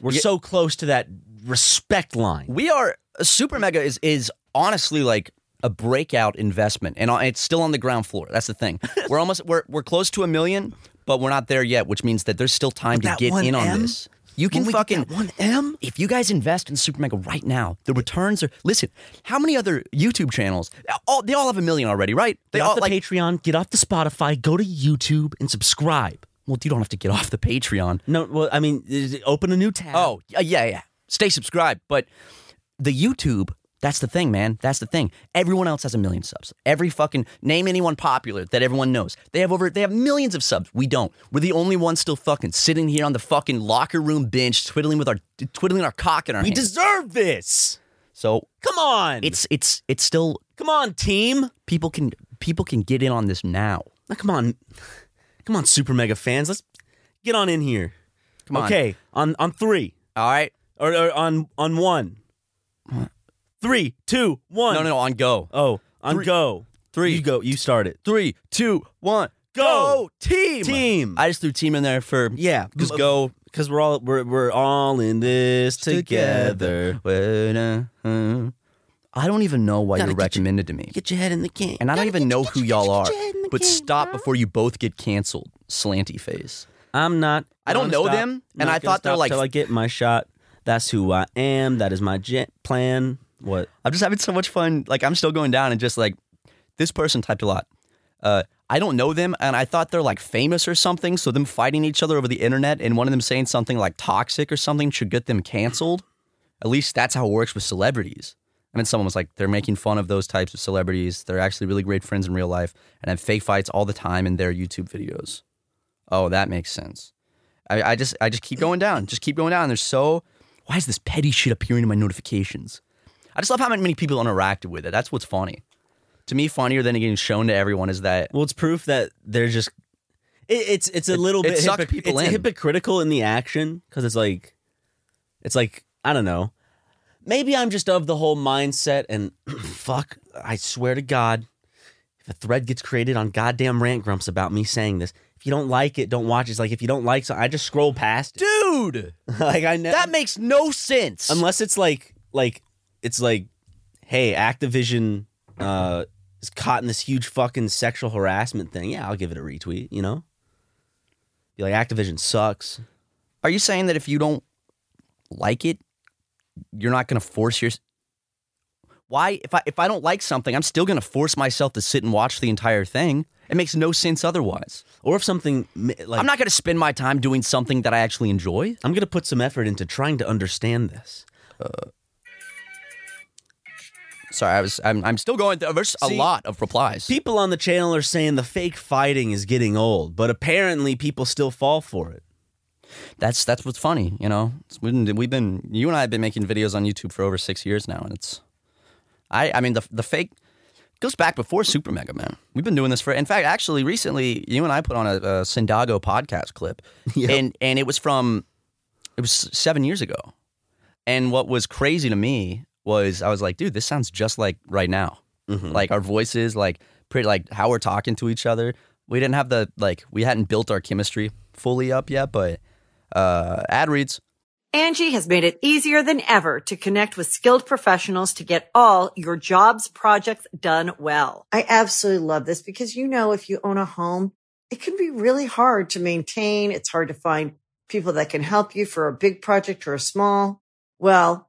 Speaker 2: We're so close to that respect line.
Speaker 3: we are uh, super mega is is honestly like a breakout investment and uh, it's still on the ground floor that's the thing we're almost we're, we're close to a million but we're not there yet which means that there's still time to
Speaker 2: that
Speaker 3: get in on
Speaker 2: 1M?
Speaker 3: this you can
Speaker 2: When we get
Speaker 3: fucking
Speaker 2: that one M.
Speaker 3: if you guys invest in Super Mega right now, the returns are. Listen, how many other YouTube channels? All they all have a million already, right? They
Speaker 2: Get
Speaker 3: all
Speaker 2: off the
Speaker 3: like.
Speaker 2: Patreon. Get off the Spotify. Go to YouTube and subscribe.
Speaker 3: well, you don't have to get off the Patreon.
Speaker 2: No, well, I mean, is- open a new tab.
Speaker 3: Oh, yeah, yeah, yeah. Stay subscribed. But the YouTube, that's the thing, man. That's the thing. Everyone else has a million subs. Every fucking name anyone popular that everyone knows. They have over they have millions of subs. We don't. We're the only ones still fucking sitting here on the fucking locker room bench twiddling with our twiddling our cock in our
Speaker 2: we
Speaker 3: hand.
Speaker 2: deserve this.
Speaker 3: so
Speaker 2: Come on.
Speaker 3: it's it's it's still
Speaker 2: Come on, team.
Speaker 3: people can people can get in on this now.
Speaker 2: Now, come on. Come on, super mega fans. Let's get on in here.
Speaker 3: Come on.
Speaker 2: Okay, on on three
Speaker 3: All right.
Speaker 2: or, or on on one. Three, two, one.
Speaker 3: No, no, no. On go.
Speaker 2: Oh, on
Speaker 3: Three-
Speaker 2: go.
Speaker 3: three.
Speaker 2: You go. You start it.
Speaker 3: Three, two, one,
Speaker 2: Go.
Speaker 3: go, team.
Speaker 2: Team.
Speaker 3: I just threw team in there for
Speaker 2: yeah,
Speaker 3: Just go.
Speaker 2: because we're all we're we're all in this together.
Speaker 3: When, uh, uh, I don't even know why
Speaker 2: Gotta
Speaker 3: you're
Speaker 2: get your-
Speaker 3: recommended to me.
Speaker 2: Get your head in the game.
Speaker 3: and I don't
Speaker 2: Gotta
Speaker 3: even
Speaker 2: get
Speaker 3: know
Speaker 2: your-
Speaker 3: who
Speaker 2: get your-
Speaker 3: y'all are.
Speaker 2: get your head in the
Speaker 3: But
Speaker 2: game,
Speaker 3: stop
Speaker 2: huh?
Speaker 3: before you both get canceled, slanty face.
Speaker 2: I'm not.
Speaker 3: I don't
Speaker 2: gonna
Speaker 3: know
Speaker 2: stop.
Speaker 3: them,
Speaker 2: I'm not
Speaker 3: and I
Speaker 2: gonna
Speaker 3: thought they're
Speaker 2: stop
Speaker 3: like-
Speaker 2: till I get my shot. That's who I am. That is my jet plan. What?
Speaker 3: I'm just having so much fun. Like I'm still going down and just like this person typed a lot. Uh, I don't know them, and I thought they're like famous or something. So them fighting each other over the internet and one of them saying something like toxic or something should get them canceled. At least that's how it works with celebrities. And then someone was like, they're making fun of those types of celebrities. They're actually really great friends in real life and have fake fights all the time in their YouTube videos. Oh, that makes sense. I, I just I just keep going down. Just keep going down. There's so why is this petty shit appearing in my notifications? I just love how many people interacted with it. That's what's funny. To me, funnier than it getting shown to everyone is that
Speaker 2: Well, it's proof that they're just. It, it's it's a little
Speaker 3: it
Speaker 2: bit
Speaker 3: sucked people
Speaker 2: it's
Speaker 3: in.
Speaker 2: hypocritical in the action because it's like, it's like I don't know. Maybe I'm just of the whole mindset and fuck. I swear to God, if a thread gets created on goddamn rant grumps about me saying this, if you don't like it, don't watch. it. It's like if you don't like, so I just scroll past. It.
Speaker 3: dude,
Speaker 2: like I know
Speaker 3: that makes no sense.
Speaker 2: unless it's like like it's like hey activision uh is caught in this huge fucking sexual harassment thing yeah i'll give it a retweet you know be like activision sucks
Speaker 3: Are you saying that if you don't like it, you're not going to force your Why if I if I don't like something, I'm still going to force myself to sit and watch the entire thing. It makes no sense otherwise.
Speaker 2: or if something ma- like
Speaker 3: I'm not going to spend my time doing something that I actually enjoy.
Speaker 2: i'm gonna put some effort into trying to understand this
Speaker 3: Sorry, I was I'm, I'm still going through there's a
Speaker 2: See,
Speaker 3: lot of replies.
Speaker 2: people on the channel are saying the fake fighting is getting old but apparently people still fall for it
Speaker 3: that's that's what's funny, you know. It's- we've been, we've been you and I have been making videos on YouTube for over six years now, and it's I I mean the the fake goes back before Super Mega Man. We've been doing this for in fact actually recently you and I put on a, a Sindago podcast clip, and and it was from it was seven years ago, and what was crazy to me was I was like, dude, this sounds just like right now, like our voices, like pretty like how we're talking to each other. We didn't have the like we hadn't built our chemistry fully up yet, but uh, ad reads.
Speaker 1: Angie has made it easier than ever to connect with skilled professionals to get all your jobs projects done well. I absolutely love this because, you know, if you own a home, it can be really hard to maintain. It's hard to find people that can help you for a big project or a small. Well,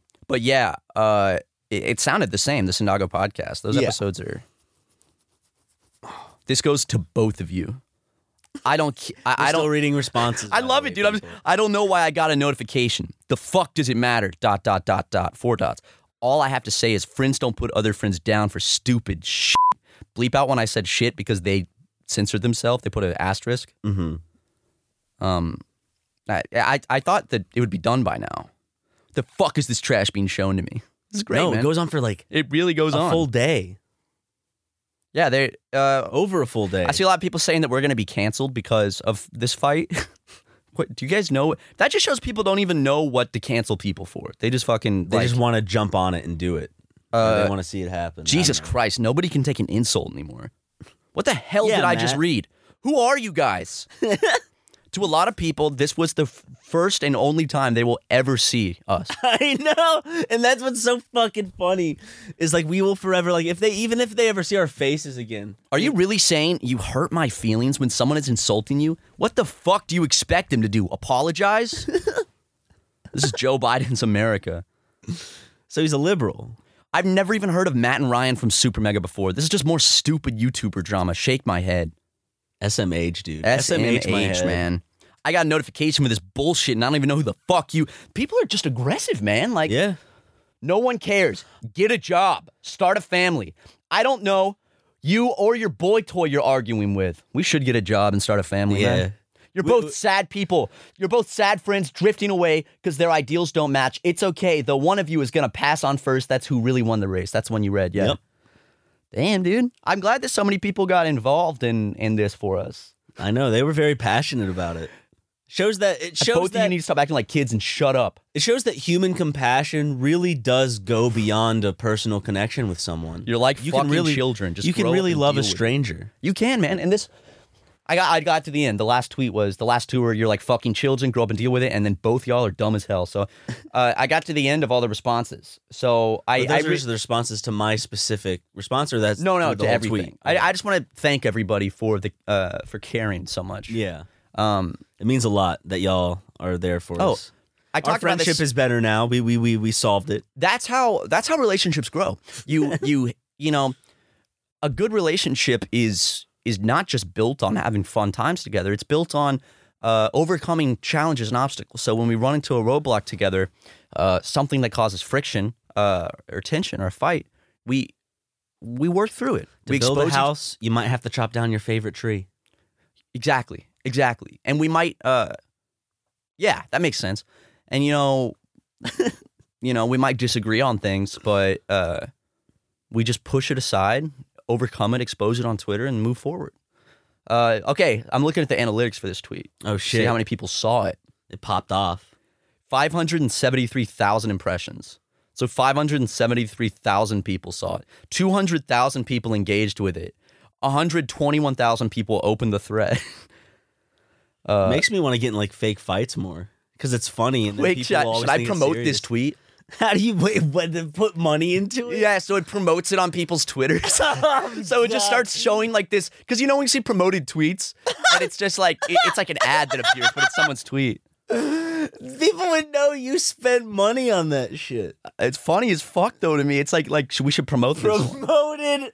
Speaker 3: but yeah, uh, it, it sounded the same. The Sindago podcast. Those
Speaker 2: Yeah.
Speaker 3: episodes are. This goes to both of you. I don't. ca- I,
Speaker 2: We're
Speaker 3: I
Speaker 2: still
Speaker 3: don't.
Speaker 2: reading responses
Speaker 3: I
Speaker 2: by the
Speaker 3: love
Speaker 2: way,
Speaker 3: it, dude. I'm,
Speaker 2: people.
Speaker 3: I don't know why I got a notification. The fuck does it matter? Dot dot dot dot. Four dots. All I have to say is friends don't put other friends down for stupid shit. Bleep out when I said shit because they censored themselves. They put an asterisk.
Speaker 2: Mhm.
Speaker 3: Um, I, I I thought that it would be done by now. The fuck is this trash being shown to me? This is great,
Speaker 2: no
Speaker 3: man.
Speaker 2: it goes on for like
Speaker 3: it really goes
Speaker 2: a
Speaker 3: on.
Speaker 2: full day
Speaker 3: yeah, they. Uh,
Speaker 2: over a full day
Speaker 3: I see a lot of people saying that we're going to be canceled because of this fight. what do you guys know? That just shows people don't even know what to cancel people for. They just fucking.
Speaker 2: They
Speaker 3: like,
Speaker 2: just want to jump on it and do it.
Speaker 3: Uh,
Speaker 2: they want to see it happen. I
Speaker 3: Jesus
Speaker 2: don't know.
Speaker 3: Christ! Nobody can take an insult anymore. What the hell
Speaker 2: Yeah,
Speaker 3: did I just
Speaker 2: Matt.
Speaker 3: read? Who are you guys? to a lot of people, this was the f- first and only time they will ever see us.
Speaker 2: I know, and that's what's so fucking funny is like we will forever like if they even if they ever see our faces again.
Speaker 3: Are you really saying you hurt my feelings when someone is insulting you? What the fuck do you expect them to do? Apologize? this is Joe Biden's America.
Speaker 2: So he's a liberal.
Speaker 3: I've never even heard of Matt and Ryan from Super Mega before. This is just more stupid YouTuber drama. Shake my head.
Speaker 2: SMH dude.
Speaker 3: SMH,
Speaker 2: my head.
Speaker 3: man. I got a notification for this bullshit and I don't even know who the fuck you. People are just aggressive, man. Like,
Speaker 2: Yeah.
Speaker 3: no one cares. Get a job, start a family. I don't know you or your boy toy you're arguing with. We should get a job and start a family,
Speaker 2: Yeah.
Speaker 3: man. You're
Speaker 2: We-
Speaker 3: both
Speaker 2: we-
Speaker 3: sad people. You're both sad friends drifting away because their ideals don't match. It's okay. The one of you is going to pass on first. That's who really won the race. That's one you read. Yeah.
Speaker 2: Yep.
Speaker 3: Damn, dude. I'm glad that so many people got involved in in this for us.
Speaker 2: I know they were very passionate about it. Shows that it shows
Speaker 3: Both of you
Speaker 2: that
Speaker 3: need to stop acting like kids and shut up.
Speaker 2: it shows that human compassion really does go beyond a personal connection with someone.
Speaker 3: You're like
Speaker 2: you
Speaker 3: fucking
Speaker 2: can really
Speaker 3: children. Just
Speaker 2: you can
Speaker 3: grow up
Speaker 2: really
Speaker 3: and
Speaker 2: love a
Speaker 3: deal with it.
Speaker 2: stranger.
Speaker 3: You can, man. And this, I got, I got to the end. The last tweet was the last two were you're like fucking children, grow up and deal with it, and then both y'all are dumb as hell. So, uh, I got to the end of all the responses. So I,
Speaker 2: But
Speaker 3: I
Speaker 2: those are
Speaker 3: re-
Speaker 2: just the responses to my specific response, or that's
Speaker 3: no, no,
Speaker 2: through the
Speaker 3: to
Speaker 2: whole
Speaker 3: everything.
Speaker 2: tweet?
Speaker 3: I, I just want to thank everybody for the uh for caring so much.
Speaker 2: yeah,
Speaker 3: Um.
Speaker 2: it means a lot that y'all are there for
Speaker 3: Oh,
Speaker 2: us.
Speaker 3: I
Speaker 2: Our
Speaker 3: talked about
Speaker 2: friendship
Speaker 3: this.
Speaker 2: is better now. We we we we solved it.
Speaker 3: that's how that's how relationships grow. You you you know, a good relationship is is not just built on having fun times together. It's built on uh, overcoming challenges and obstacles. So when we run into a roadblock together, uh, something that causes friction uh, or tension or a fight, we we work through it.
Speaker 2: To
Speaker 3: we
Speaker 2: build a
Speaker 3: each-
Speaker 2: house, you might have to chop down your favorite tree.
Speaker 3: Exactly. Exactly. And we might uh yeah, that makes sense. And you know you know, we might disagree on things, but uh we just push it aside, overcome it, expose it on Twitter and move forward. Uh okay, I'm looking at the analytics for this tweet.
Speaker 2: Oh
Speaker 3: See
Speaker 2: shit!
Speaker 3: how many people saw it.
Speaker 2: it popped off.
Speaker 3: 573,000 impressions. So 573,000 people saw it. 200,000 people engaged with it. 121,000 people opened the thread. Uh,
Speaker 2: Makes me want to get in like fake fights more because it's funny. And then
Speaker 3: Wait,
Speaker 2: people
Speaker 3: should, I-
Speaker 2: always
Speaker 3: should I
Speaker 2: think it's
Speaker 3: promote this
Speaker 2: serious.
Speaker 3: tweet?
Speaker 2: How do you wait, what, to put money into it?
Speaker 3: Yeah, so it promotes it on people's Twitters. so it just
Speaker 2: God.
Speaker 3: starts showing like this because you know when you see promoted tweets, and it's just like it- it's like an ad that appears, but it's someone's tweet.
Speaker 2: People would know you spend money on that shit.
Speaker 3: It's funny as fuck though to me. It's like like should- we should promote this.
Speaker 2: Promoted.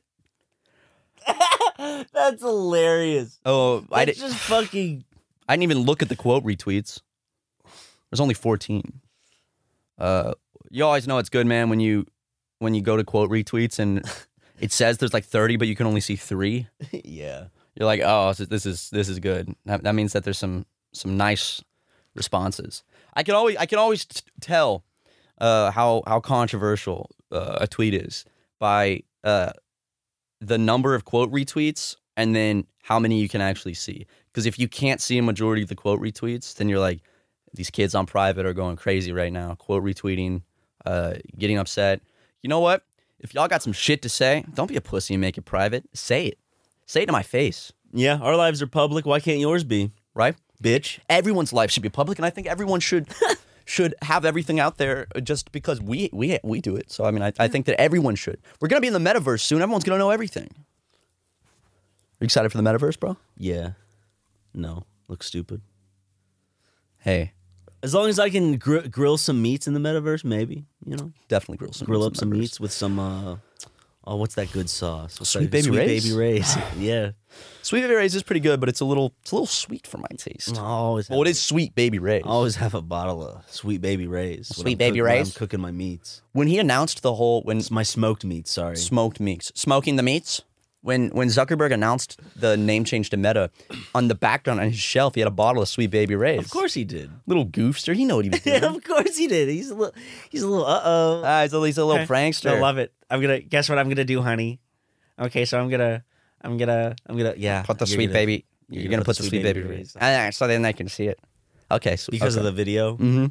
Speaker 2: That's hilarious.
Speaker 3: Oh, I,
Speaker 2: That's
Speaker 3: did,
Speaker 2: just fucking.
Speaker 3: I didn't even look at the quote retweets. There's only 14. Uh, you always know it's good, man, when you when you go to quote retweets and it says there's like 30, but you can only see three.
Speaker 2: yeah.
Speaker 3: you're like, oh, so this is this is good. That, that means that there's some some nice responses. I can always I can always t- tell uh, how how controversial uh, a tweet is by uh, the number of quote retweets and then how many you can actually see. Because if you can't see a majority of the quote retweets, then you're like, these kids on private are going crazy right now, quote retweeting, uh, getting upset. You know what? If y'all got some shit to say, don't be a pussy and make it private. Say it. Say it to my face,
Speaker 2: Yeah. Our lives are public. Why can't yours be,
Speaker 3: right?
Speaker 2: bitch?
Speaker 3: Everyone's life should be public, and I think everyone should should have everything out there just because we we we do it. So I mean, I, I think that everyone should. We're gonna be in the metaverse soon. Everyone's gonna know everything. Are you excited for the metaverse, bro?
Speaker 2: Yeah. No. Looks stupid.
Speaker 3: Hey,
Speaker 2: As long as I can gr- grill some meats in the metaverse, maybe you know,
Speaker 3: definitely grill some
Speaker 2: grill
Speaker 3: meats in
Speaker 2: up some
Speaker 3: the metaverse.
Speaker 2: meats with some. uh Oh, what's that good sauce? What's
Speaker 3: Sweet
Speaker 2: that-
Speaker 3: Baby
Speaker 2: Sweet
Speaker 3: Ray's?
Speaker 2: baby Ray's. yeah.
Speaker 3: Sweet baby rays is pretty good, but it's a little it's a little sweet for my taste.
Speaker 2: I always.
Speaker 3: Well,
Speaker 2: have-
Speaker 3: it is sweet baby rays.
Speaker 2: I always have a bottle of Sweet Baby Ray's. when
Speaker 3: Sweet
Speaker 2: I'm
Speaker 3: Baby
Speaker 2: cook- when
Speaker 3: Ray's?
Speaker 2: I'm cooking my meats.
Speaker 3: When he announced the whole when
Speaker 2: It's my smoked meat. Sorry.
Speaker 3: smoked meats, smoking the meats. When when Zuckerberg announced the name change to Meta, on the background on his shelf, he had a bottle of Sweet Baby Ray's.
Speaker 2: Of course he did.
Speaker 3: little goofster. He know what he was doing.
Speaker 2: Yeah, of course he did. He's a little. He's a little. Uh oh.
Speaker 3: Ah, he's, a, he's a little prankster.
Speaker 4: I love it. I'm gonna guess what I'm gonna do, honey. Okay, so I'm gonna, I'm gonna, I'm gonna. Yeah,
Speaker 3: Put the
Speaker 2: You're
Speaker 3: sweet
Speaker 2: gonna-
Speaker 3: baby. You're, gonna, put, the sweet baby.
Speaker 2: rays.
Speaker 3: Ah, yeah, so then they can see it. Okay, sweet.
Speaker 2: Because of the video.
Speaker 3: the. Mm-hmm.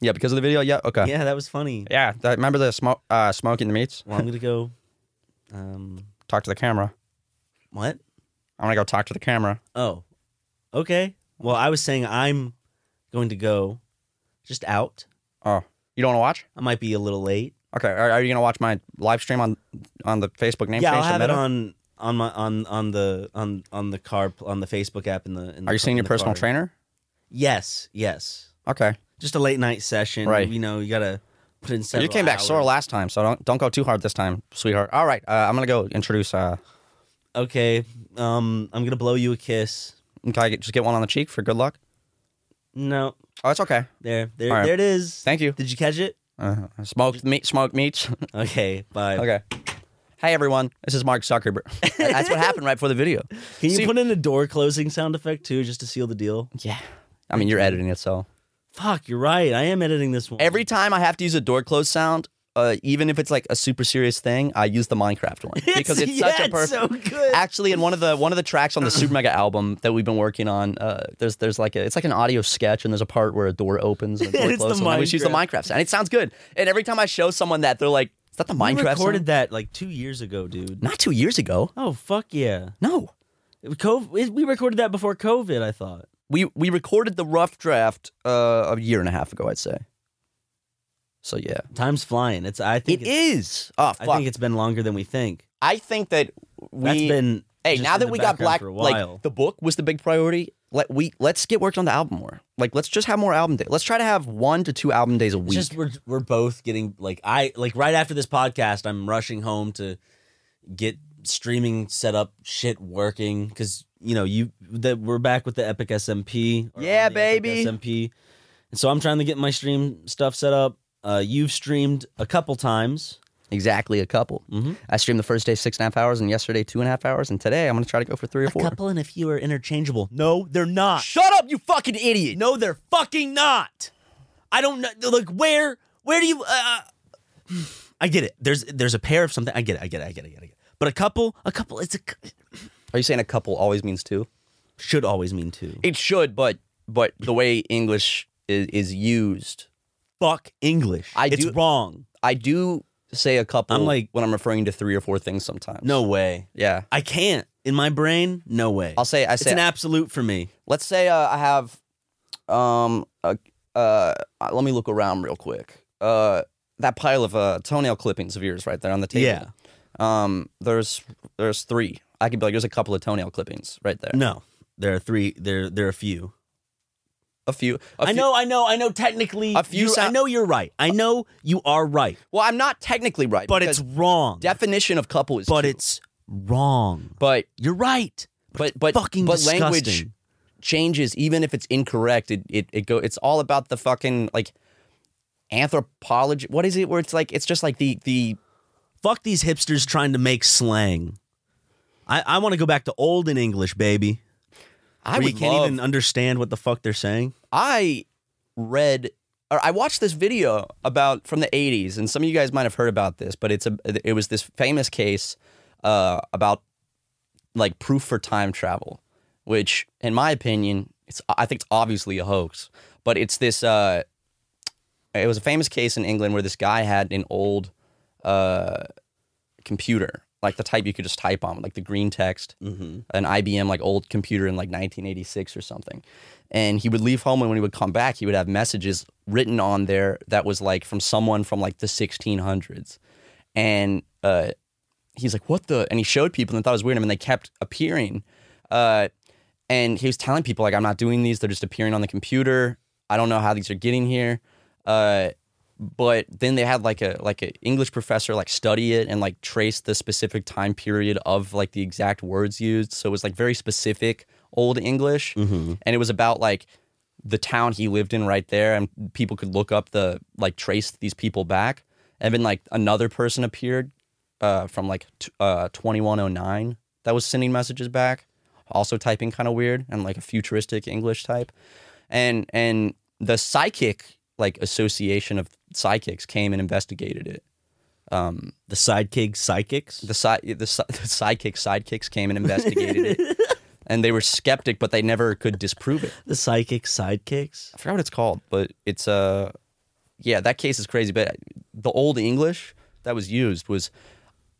Speaker 3: Yeah, because of the video. Yeah. Okay. Yeah.
Speaker 2: Yeah, that was funny.
Speaker 3: that- remember the smoke? Uh, smoking the meats.
Speaker 2: Well, I'm gonna go. Um,
Speaker 3: Talk to the camera.
Speaker 2: what?
Speaker 3: I'm gonna go talk to the camera.
Speaker 2: Oh, okay. Well, I was saying I'm going to go just out.
Speaker 3: Oh, you don't want to watch?
Speaker 2: I might be a little late.
Speaker 3: Okay, are, are you gonna watch my live stream on on the Facebook name
Speaker 2: yeah,
Speaker 3: change
Speaker 2: I'll
Speaker 3: to
Speaker 2: have it
Speaker 3: Meta?
Speaker 2: on on my on on the on on the car on the Facebook app in the. In
Speaker 3: Are you seeing your personal
Speaker 2: trainer?
Speaker 3: trainer?
Speaker 2: Yes, yes.
Speaker 3: Okay,
Speaker 2: Just a late night session,
Speaker 3: Right.
Speaker 2: You know, you gotta put in.
Speaker 3: you
Speaker 2: several
Speaker 3: came back sore
Speaker 2: hours.
Speaker 3: last time, so don't don't go too hard this time, sweetheart. All right, uh, I'm gonna go introduce. Uh,
Speaker 2: Okay, um, I'm gonna blow you a kiss.
Speaker 3: can I get, just get one on the cheek for good luck?
Speaker 2: No,
Speaker 3: Oh, it's okay.
Speaker 2: there, there,
Speaker 3: All right.
Speaker 2: there it is.
Speaker 3: Thank you.
Speaker 2: Did you catch it?
Speaker 3: Uh, smoked meat, smoked meats.
Speaker 2: Okay, bye.
Speaker 3: okay. Hey everyone, this is Mark Zuckerberg. That's what happened right before the video.
Speaker 2: Can you
Speaker 3: See-
Speaker 2: put in a door closing sound effect too, just to seal the deal?
Speaker 3: Yeah, I mean you're editing it, so
Speaker 2: Fuck, you're right. I am editing this one.
Speaker 3: every time I have to use a door close sound, uh, even if it's like a super serious thing, I use the Minecraft one because it's
Speaker 2: yeah,
Speaker 3: such a perfect.
Speaker 2: It's so good.
Speaker 3: actually in one of the one of the tracks on the Super Mega album that we've been working on, uh, there's there's like a, it's like an audio sketch and there's a part where a door opens and a door
Speaker 2: It's the
Speaker 3: closes. and I always use the Minecraft sound. It sounds good. And every time I show someone that, they're like, "Is that the
Speaker 2: I
Speaker 3: Minecraft?"
Speaker 2: recorded
Speaker 3: sound?"
Speaker 2: that like two years ago, dude.
Speaker 3: Not two years ago.
Speaker 2: Oh fuck yeah!
Speaker 3: No,
Speaker 2: COVID, we recorded that before COVID. I thought.
Speaker 3: we we recorded the rough draft uh, a year and a half ago, I'd say. So yeah,
Speaker 2: Time's flying. It's. I think.
Speaker 3: it
Speaker 2: it's,
Speaker 3: is. Oh
Speaker 2: I
Speaker 3: fuck!
Speaker 2: think it's been longer than we think.
Speaker 3: I think that we.
Speaker 2: That's been.
Speaker 3: Hey,
Speaker 2: just
Speaker 3: now
Speaker 2: in
Speaker 3: that
Speaker 2: the
Speaker 3: we
Speaker 2: background
Speaker 3: got black,
Speaker 2: for a while.
Speaker 3: like the book was the big priority. Let we let's get worked on the album more. Like let's just have more album day. Let's try to have one to two album days a
Speaker 2: It's
Speaker 3: week.
Speaker 2: just we're we're both getting like I like right after this podcast, I'm rushing home to get streaming set up, shit working because you know you that we're back with the Epic SMP. or
Speaker 3: Yeah,
Speaker 2: on the Epic
Speaker 3: baby.
Speaker 2: SMP, and so I'm trying to get my stream stuff set up. Uh, you've streamed a couple times.
Speaker 3: exactly a couple.
Speaker 2: Mhm.
Speaker 3: I streamed the first day six and a half hours, and yesterday two and a half hours, and today I'm gonna try to go for three or four.
Speaker 2: and a few are interchangeable. No, they're not.
Speaker 3: Shut up, you fucking idiot!
Speaker 2: No, they're fucking not. I don't know. Like, where? Where do you? Uh, I get it. There's there's a pair of something. I get it. I get it. I get it. I get it. But a couple, a couple, it's a c-
Speaker 3: Are you saying a couple always means two?
Speaker 2: should always mean two.
Speaker 3: It should, but but the way English is, is used,
Speaker 2: Fuck English.
Speaker 3: I
Speaker 2: it's
Speaker 3: do-
Speaker 2: wrong.
Speaker 3: I do say a couple.
Speaker 2: I'm like-
Speaker 3: when I'm referring to three or four things sometimes.
Speaker 2: No way.
Speaker 3: yeah,
Speaker 2: I can't. In my brain, no way.
Speaker 3: I'll say I
Speaker 2: it's
Speaker 3: say
Speaker 2: an absolute for me.
Speaker 3: Let's say uh, I have, um, uh, uh, let me look around real quick. Uh, that pile of uh, toenail clippings of yours right there on the table. Yeah. Um, there's there's three. I could be like, there's a couple of toenail clippings right there.
Speaker 2: No, there are three. There there are a few.
Speaker 3: A few.
Speaker 2: I
Speaker 3: a few-
Speaker 2: know. I know. I know. Technically,
Speaker 3: A few
Speaker 2: you- I
Speaker 3: sou-
Speaker 2: know you're right. I know you are right.
Speaker 3: Well, I'm not technically right,
Speaker 2: But
Speaker 3: because
Speaker 2: it's wrong.
Speaker 3: definition of couple is.
Speaker 2: but
Speaker 3: two.
Speaker 2: it's wrong.
Speaker 3: But
Speaker 2: You're right.
Speaker 3: but but
Speaker 2: fucking
Speaker 3: but
Speaker 2: disgusting.
Speaker 3: language changes even if it's incorrect. It it it go. It's all about the fucking like anthropology. What is it? Where it's like it's just like the the
Speaker 2: Fuck these hipsters trying to make slang. I, I want to go back to olden English, baby.
Speaker 3: I
Speaker 2: where you
Speaker 3: would
Speaker 2: can't
Speaker 3: love-
Speaker 2: even understand what the fuck they're saying.
Speaker 3: I read or I watched this video about from the 80s and some of you guys might have heard about this but it's a it was this famous case uh, about like proof for time travel which in my opinion it's I think it's obviously a hoax but it's this uh, it was a famous case in England where this guy had an old uh, computer like the type you could just type on like the green text
Speaker 2: Mm-hmm.
Speaker 3: an IBM like old computer in like 1986 or something. And he would leave home and when he would come back, he would have messages written on there that was like from someone from like the 1600s. And uh, he's like, "What the?" And he showed people and they thought it was weird. I mean, they kept appearing. Uh, and he was telling people like, "I'm not doing these. They're just appearing on the computer. I don't know how these are getting here." Uh, but then they had like a like an English professor like study it and like trace the specific time period of like the exact words used. So it was like very specific old English,
Speaker 2: Mm-hmm.
Speaker 3: and it was about like the town he lived in right there, and people could look up the like trace these people back. And then like another person appeared uh, from like t- uh, 2109 that was sending messages back, also typing kind of weird and like a futuristic English type, and and the psychic like association of psychics came and investigated it. Um,
Speaker 2: The sidekick psychics.
Speaker 3: the side the, si- the sidekick sidekicks came and investigated it, and they were skeptic, but they never could disprove it.
Speaker 2: The psychic sidekicks.
Speaker 3: I forgot what it's called, but it's uh, yeah, that case is crazy. But the old English that was used was,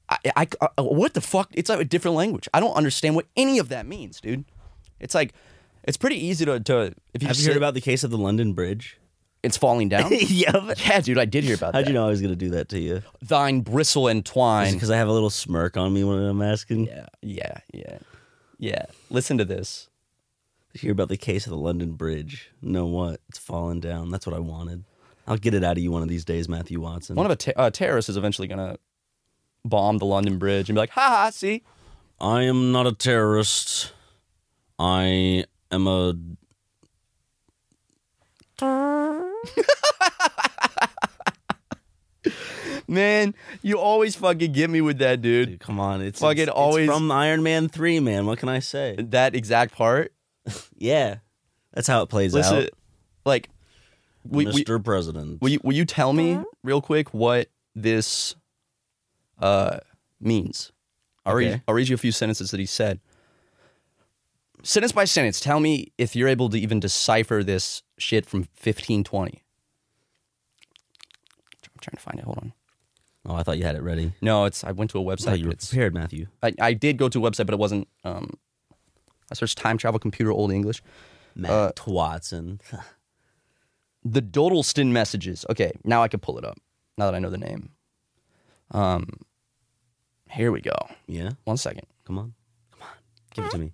Speaker 3: I, I, uh, I- what the fuck? It's like a different language. I don't understand what any of that means, dude. It's like It's pretty easy to, to if you
Speaker 2: Have
Speaker 3: just
Speaker 2: you heard
Speaker 3: sit-
Speaker 2: about the case of the London Bridge?
Speaker 3: it's falling down.
Speaker 2: yep.
Speaker 3: yeah, dude, I did hear about
Speaker 2: How'd
Speaker 3: that.
Speaker 2: you know I was going to do that to you?
Speaker 3: Thine bristle and twine.
Speaker 2: Because I have a little smirk on me when I'm asking.
Speaker 3: Yeah, yeah, yeah, yeah. Listen to this.
Speaker 2: Hear about the case of the London Bridge. Know what? It's falling down. That's what I wanted. I'll get it out of you one of these days, Matthew Watson.
Speaker 3: One of a te- uh, terrorist is eventually gonna bomb the London Bridge and be like, "Ha ha, see,
Speaker 2: I am not a terrorist. I am a.
Speaker 3: man, you always fucking get me with that, dude."
Speaker 2: Dude, come on, it's
Speaker 3: Fucking
Speaker 2: it's- it's
Speaker 3: always-
Speaker 2: from Iron Man three, man. What can I say?
Speaker 3: That exact part.
Speaker 2: Yeah, that's how it plays
Speaker 3: Listen,
Speaker 2: out,
Speaker 3: like, we, we,
Speaker 2: Mr. President.
Speaker 3: will you will you tell me real quick what this uh means? I'll read
Speaker 2: Okay.
Speaker 3: I'll read you a few sentences that he said. Sentence by sentence, tell me if you're able to even decipher this shit from 1520. I'm trying to find it. Hold on.
Speaker 2: oh, I thought you had it ready.
Speaker 3: No, it's I went to a
Speaker 2: I thought
Speaker 3: website.
Speaker 2: you were
Speaker 3: but it's- uh,
Speaker 2: prepared, Matthew.
Speaker 3: I, I did go to a website, but it wasn't. Um, I searched time travel computer old English.
Speaker 2: Matt Watson.
Speaker 3: The Dodelston messages. Okay, now I can pull it up. Now that I know the name. Um, here we go.
Speaker 2: yeah,
Speaker 3: One second.
Speaker 2: come on, come on, give it to me.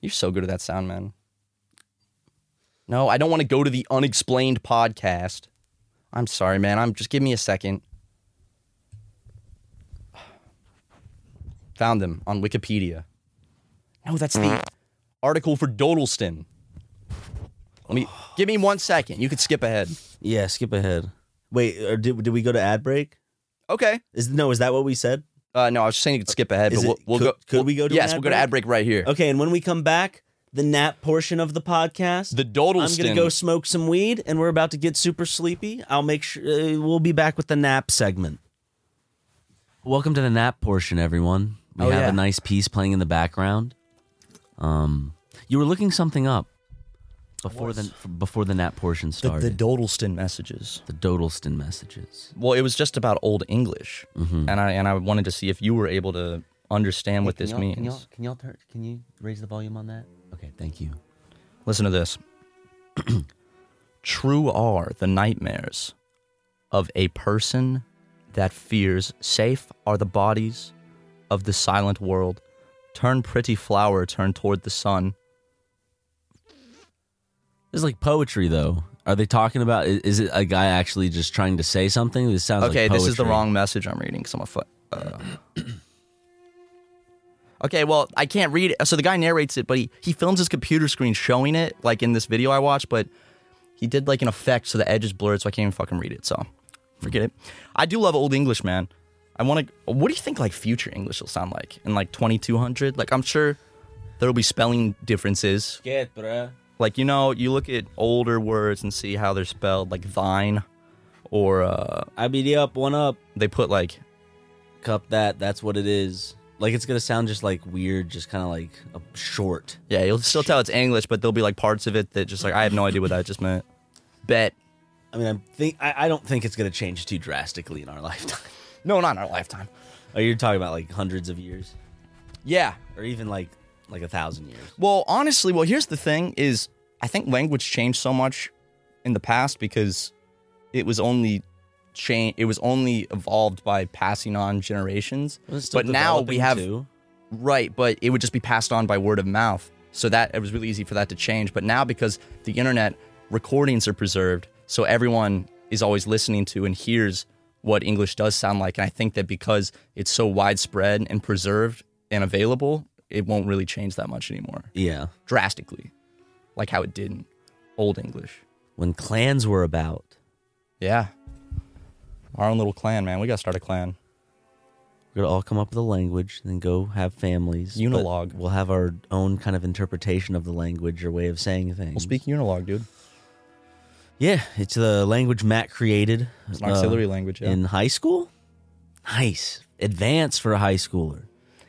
Speaker 3: You're so good at that sound, man. No, I don't want to go to the unexplained podcast. I'm sorry, man. I'm just give me a second. Found them on Wikipedia. No, that's the article for Dodelston. Let me give me one second. You could skip ahead.
Speaker 2: Yeah, skip ahead. Wait, or did did we go to ad break?
Speaker 3: Okay.
Speaker 2: Is no, is that what we said?
Speaker 3: Uh, no, I was just saying you could skip ahead,
Speaker 2: Is
Speaker 3: but we'll,
Speaker 2: it-
Speaker 3: we'll
Speaker 2: could-
Speaker 3: go.
Speaker 2: could
Speaker 3: we'll-
Speaker 2: we go to an
Speaker 3: Yes,
Speaker 2: ad
Speaker 3: we'll go to ad break right here.
Speaker 2: Okay, and when we come back, the nap portion of the podcast.
Speaker 3: The Dodelston.
Speaker 2: I'm gonna go smoke some weed, and we're about to get super sleepy. I'll make sure uh, we'll be back with the nap segment. Welcome to the nap portion, everyone. We
Speaker 3: Oh,
Speaker 2: have
Speaker 3: yeah.
Speaker 2: a nice piece playing in the background. Um, you were looking something up before the before the nap portion
Speaker 3: the, the
Speaker 2: started.
Speaker 3: Dodelston messages.
Speaker 2: The, Dodelston messages.
Speaker 3: Well, it was just about Old English, and I and I wanted to see if you were able to understand what this means.
Speaker 2: can y'all turn, can you raise the volume on that? Okay, thank you.
Speaker 3: Listen to this. True are the nightmares of a person that fears. Safe are the bodies of the silent world. Turn, pretty flower, turn toward the sun.
Speaker 2: This is like poetry, though. Are they talking about? i- Is it a guy actually just trying to say something? This sounds
Speaker 3: Okay,
Speaker 2: Like
Speaker 3: this is the
Speaker 2: poetry.
Speaker 3: wrong message I'm reading. Cause I'm a fu- uh. okay, well, I can't read it. So the guy narrates it, but he, he films his computer screen showing it, like in this video I watched, but he did like an effect so the edge is blurred, so I can't even fucking read it. So forget it. I do love Old English, man. I want to. What do you think like future English will sound like in like 2200? Like, I'm sure there'll be spelling differences.
Speaker 2: Get, bruh.
Speaker 3: Like, you know, you look at older words and see how they're spelled, like thine, or uh,
Speaker 2: I beat you up, one up.
Speaker 3: they put like
Speaker 2: cup that that's what it is like it's gonna sound just like weird just kind of like a short
Speaker 3: Yeah, you'll still tell it's English, but there'll be like parts of it that just like I have no idea what that just meant. Bet.
Speaker 2: i mean i'm think I, I don't think it's gonna change too drastically in our lifetime
Speaker 3: No, not in our lifetime.
Speaker 2: oh you're talking about like hundreds of years
Speaker 3: Yeah.
Speaker 2: or even like like a thousand years
Speaker 3: Well, honestly, well, here's the thing is I think language changed so much in the past because it was only change it was only evolved by passing on generations.
Speaker 2: Well, it's still
Speaker 3: But now we
Speaker 2: developing,
Speaker 3: have
Speaker 2: too.
Speaker 3: Right, but it would just be passed on by word of mouth. So that it was really easy for that to change. But now because the internet recordings are preserved, so everyone is always listening to and hears what English does sound like. And I think that because it's so widespread and preserved and available, it won't really change that much anymore.
Speaker 2: yeah
Speaker 3: Drastically. Like how it did in old English.
Speaker 2: when clans were about
Speaker 3: Yeah. Our own little clan, man. We gotta start a clan.
Speaker 2: we're gonna all come up with a language and then go have families but
Speaker 3: Unilog.
Speaker 2: we'll have our own kind of interpretation of the language or way of saying things
Speaker 3: We'll speak Unilog, dude.
Speaker 2: yeah it's the language matt created
Speaker 3: It's an auxiliary language, yeah.
Speaker 2: Uh, in high school. Nice, advanced for a high schooler,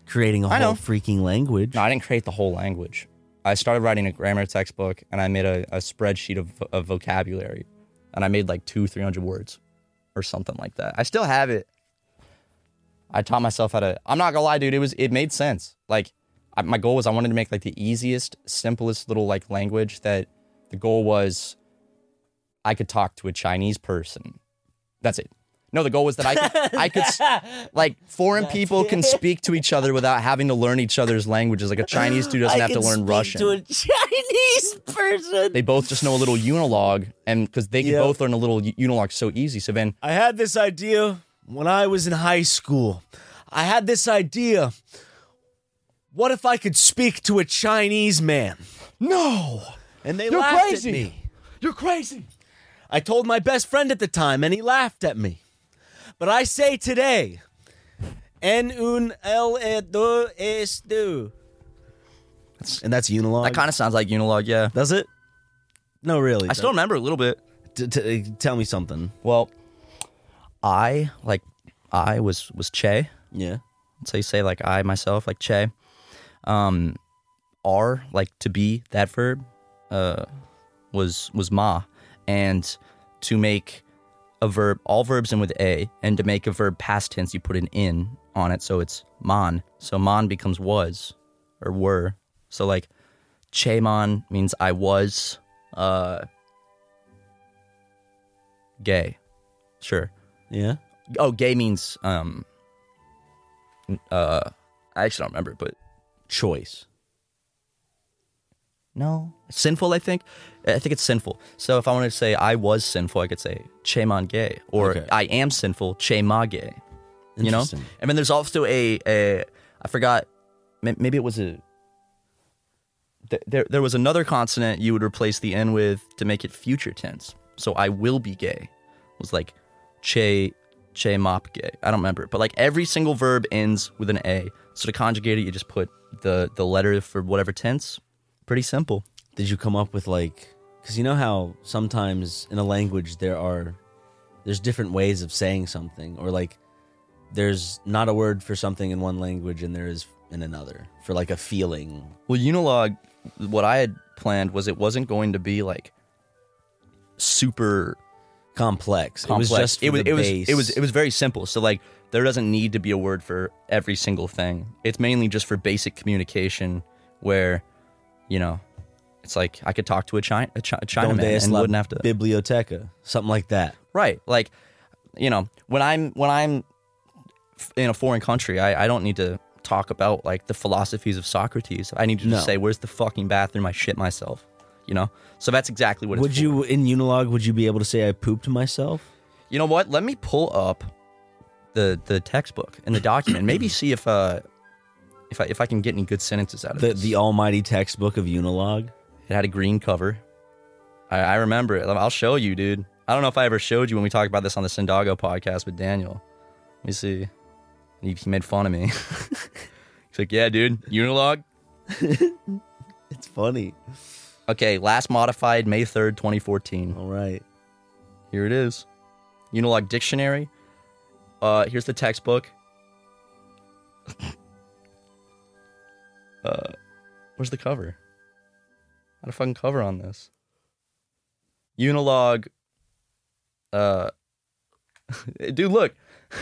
Speaker 2: creating a
Speaker 3: I
Speaker 2: whole
Speaker 3: know.
Speaker 2: freaking language.
Speaker 3: No, I didn't create the whole language. I started writing a grammar textbook and I made a, a spreadsheet of, of vocabulary and I made like two, 300 words or something like that. I still have it. I taught myself how to, I'm not gonna lie, dude, it was, it made sense. Like, I, my goal was I wanted to make like the easiest, simplest little like language that the goal was I could talk to a Chinese person. That's it. No, the goal was that I could, I could s- like foreign people can speak to each other without having to learn each other's languages. Like a Chinese dude doesn't
Speaker 4: I
Speaker 3: have to
Speaker 4: can
Speaker 3: learn
Speaker 4: speak
Speaker 3: Russian.
Speaker 4: To a Chinese person.
Speaker 3: they both just know a little unilog, and because they can
Speaker 4: Yeah.
Speaker 3: both learn a little u- unilog so easy. So then
Speaker 4: I had this idea when I was in high school. I had this idea. What if I could speak to a Chinese man?
Speaker 3: no,
Speaker 4: And they
Speaker 3: You're
Speaker 4: laughed
Speaker 3: crazy.
Speaker 4: at me.
Speaker 3: you're crazy.
Speaker 4: I told my best friend at the time, and he laughed at me. But I say today, en un el e do es do. And that's Unilog.
Speaker 3: That kind of sounds like unilog, yeah.
Speaker 4: Does it? No, really.
Speaker 3: I still remember a little bit.
Speaker 2: T- t- tell me something.
Speaker 3: Well, I like I was was Che.
Speaker 2: Yeah.
Speaker 3: So you say like I myself like Che. Um, R like to be that verb, uh, was was ma, and to make a verb all verbs end with a, and to make a verb past tense you put an in on it, so it's mon. So mon becomes was, or were. So like Che mon means I was, uh, gay. Sure.
Speaker 2: Yeah.
Speaker 3: Oh, gay means um uh I actually don't remember, but
Speaker 2: Choice.
Speaker 3: no. Sinful, I think. I think it's sinful. So if I wanted to say I was sinful, I could say cheman gay or
Speaker 2: Okay.
Speaker 3: I am sinful, chema gay. You know?
Speaker 2: Interesting.
Speaker 3: And then there's also a a I forgot ma- maybe it was a th- there there was another consonant you would replace the n with to make it future tense. So I will be gay was like che che mop gay. I don't remember, but like every single verb ends with an a. So to conjugate it, you just put the the letter for whatever tense. Pretty simple.
Speaker 2: Did you come up with like cuz you know how sometimes in a language there are there's different ways of saying something or like there's not a word for something in one language and there is in another for like a feeling.
Speaker 3: Well, Unilog, what I had planned was it wasn't going to be like super
Speaker 2: Complex.
Speaker 3: complex.
Speaker 2: It was just for
Speaker 3: it was
Speaker 2: the
Speaker 3: it was,
Speaker 2: base.
Speaker 3: it was it was very simple. So like there doesn't need to be a word for every single thing. It's mainly just for basic communication where you know it's like I could talk to a China a, chi- a
Speaker 2: Donde
Speaker 3: Chinaman
Speaker 2: es
Speaker 3: and
Speaker 2: la
Speaker 3: wouldn't have to
Speaker 2: biblioteca, something like that.
Speaker 3: right like you know when I'm when I'm f- in a foreign country I, I don't need to talk about like the philosophies of Socrates. I need to just
Speaker 2: No.
Speaker 3: say where's the fucking bathroom? I shit myself. You know, so that's exactly what. It's
Speaker 2: Would
Speaker 3: for.
Speaker 2: you in Unilog would you be able to say I pooped myself?
Speaker 3: You know what? Let me pull up the the textbook and the document. Maybe see if uh if I if I can get any good sentences out of
Speaker 2: The
Speaker 3: this.
Speaker 2: the almighty textbook of Unilog.
Speaker 3: it had a green cover. I, I remember it. I'll show you, dude. I don't know if I ever showed you when we talked about this on the Sindago podcast with Daniel. Let me see. He, he made fun of me. He's like, "Yeah, dude, Unilog."
Speaker 2: It's funny.
Speaker 3: Okay, last modified May third, twenty fourteen.
Speaker 2: All right.
Speaker 3: Here it is. Unilog dictionary. Uh, here's the textbook. uh, where's the cover? How to fucking cover on this? Unilog. Uh, dude, look.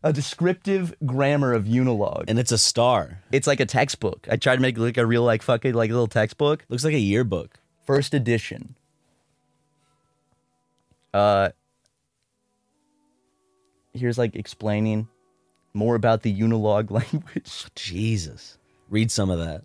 Speaker 3: A descriptive grammar of Unilog. And
Speaker 2: And it's a star.
Speaker 3: it's like a textbook. I tried to make it like a real like fucking like little textbook
Speaker 2: Looks like a yearbook.
Speaker 3: first edition. Uh, here's like explaining more about the unilog language.
Speaker 2: Jesus. Read some of that.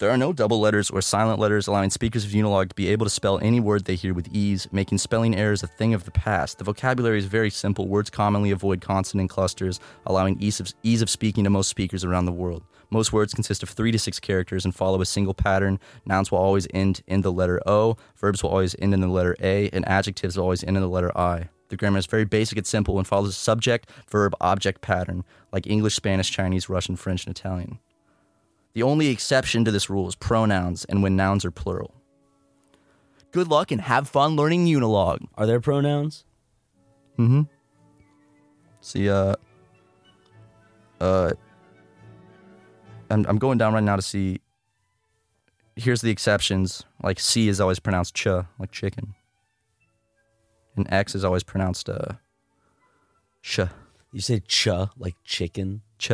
Speaker 3: There are no double letters or silent letters, allowing speakers of Unilog to be able to spell any word they hear with ease, making spelling errors a thing of the past. The vocabulary is very simple. Words commonly avoid consonant clusters, allowing ease of, ease of speaking to most speakers around the world. Most words consist of three to six characters and follow a single pattern. Nouns will always end in the letter O, verbs will always end in the letter A, and adjectives will always end in the letter I. The grammar is very basic and simple and follows a subject, verb, object pattern, like English, Spanish, Chinese, Russian, French, and Italian. The only exception to this rule is pronouns and when nouns are plural. Good luck and have fun learning Unilog.
Speaker 2: Are there pronouns?
Speaker 3: See, uh, uh, I'm, I'm going down right now to see. Here's the exceptions. Like C is always pronounced ch, like chicken. And X is always pronounced uh, sh,
Speaker 2: You said ch like chicken.
Speaker 3: ch,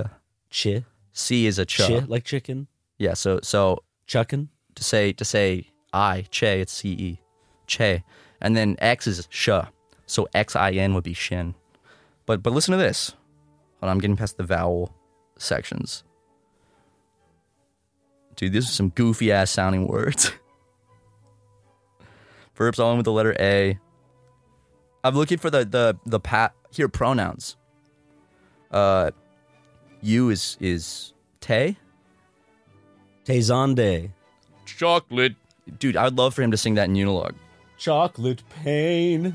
Speaker 2: Chi.
Speaker 3: C is a ch.
Speaker 2: Chi, like chicken,
Speaker 3: Yeah. So so
Speaker 2: chuckin.
Speaker 3: to say to say I che it's C E, che, and then X is sh. So X I N would be shin. But but listen to this. Hold on, I'm getting past the vowel sections. Dude, these are some goofy ass sounding words. Verbs all in with the letter A. I'm looking for the the the pat here pronouns. Uh, you is is te.
Speaker 2: Tezonde.
Speaker 3: Chocolate. Dude, I would love for him to sing that in Unilog.
Speaker 2: Chocolate pain.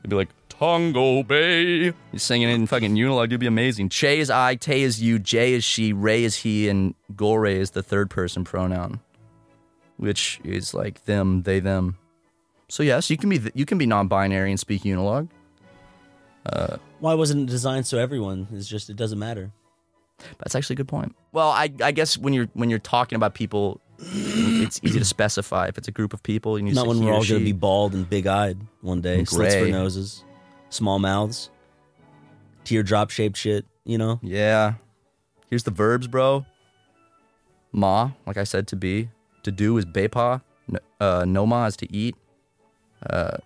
Speaker 3: It'd be like Tongo Bay. He's singing it in fucking unilog. It'd be amazing. Che is I, Tay is you, Jay is she, Ray is he, and Gore is the third person pronoun, which is like them, they, them. So yes, you can be th- you can be non-binary and speak unilog.
Speaker 2: Why wasn't it designed so everyone? It's just it doesn't matter.
Speaker 3: That's actually a good point. Well, I, I guess when you're when you're talking about people, it's easy to specify if it's a group of people. And you
Speaker 2: Not
Speaker 3: say
Speaker 2: when
Speaker 3: he
Speaker 2: we're
Speaker 3: or
Speaker 2: all going
Speaker 3: she.
Speaker 2: to be bald and big eyed one day.
Speaker 3: And
Speaker 2: Slits for
Speaker 3: gray.
Speaker 2: noses, small mouths, teardrop shaped shit, you know?
Speaker 3: Yeah. Here's the verbs, bro. Ma, like I said, to be. To do is bepa. N- uh, noma is to eat. Uh,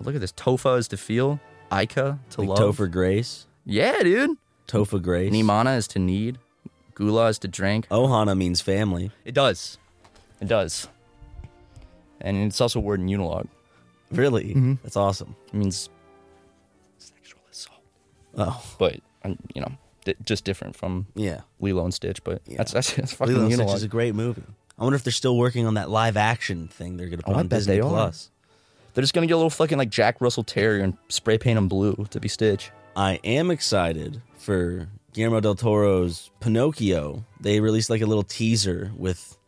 Speaker 3: look at this. Tofa is to feel. Ika to
Speaker 2: Like
Speaker 3: love.
Speaker 2: Topher Grace.
Speaker 3: Yeah, dude.
Speaker 2: Topher Grace.
Speaker 3: Nimana is to need. Gula is to drink.
Speaker 2: Ohana means family.
Speaker 3: It does. It does. And it's also a word in Unilog.
Speaker 2: Really?
Speaker 3: Mm-hmm.
Speaker 2: That's awesome.
Speaker 3: It means sexual assault.
Speaker 2: Oh,
Speaker 3: But, um, you know, di- just different from
Speaker 2: yeah.
Speaker 3: Lilo and Stitch. But that's, that's, that's fucking
Speaker 2: Lilo and Stitch
Speaker 3: Unilog.
Speaker 2: is a great movie. I wonder if they're still working on that live action thing they're going to put
Speaker 3: Oh, I
Speaker 2: on
Speaker 3: bet
Speaker 2: Disney
Speaker 3: they are.
Speaker 2: Plus.
Speaker 3: They're just gonna get a little fucking like Jack Russell Terrier and spray paint him blue to be Stitch.
Speaker 2: I am excited for Guillermo del Toro's Pinocchio. They released like a little teaser with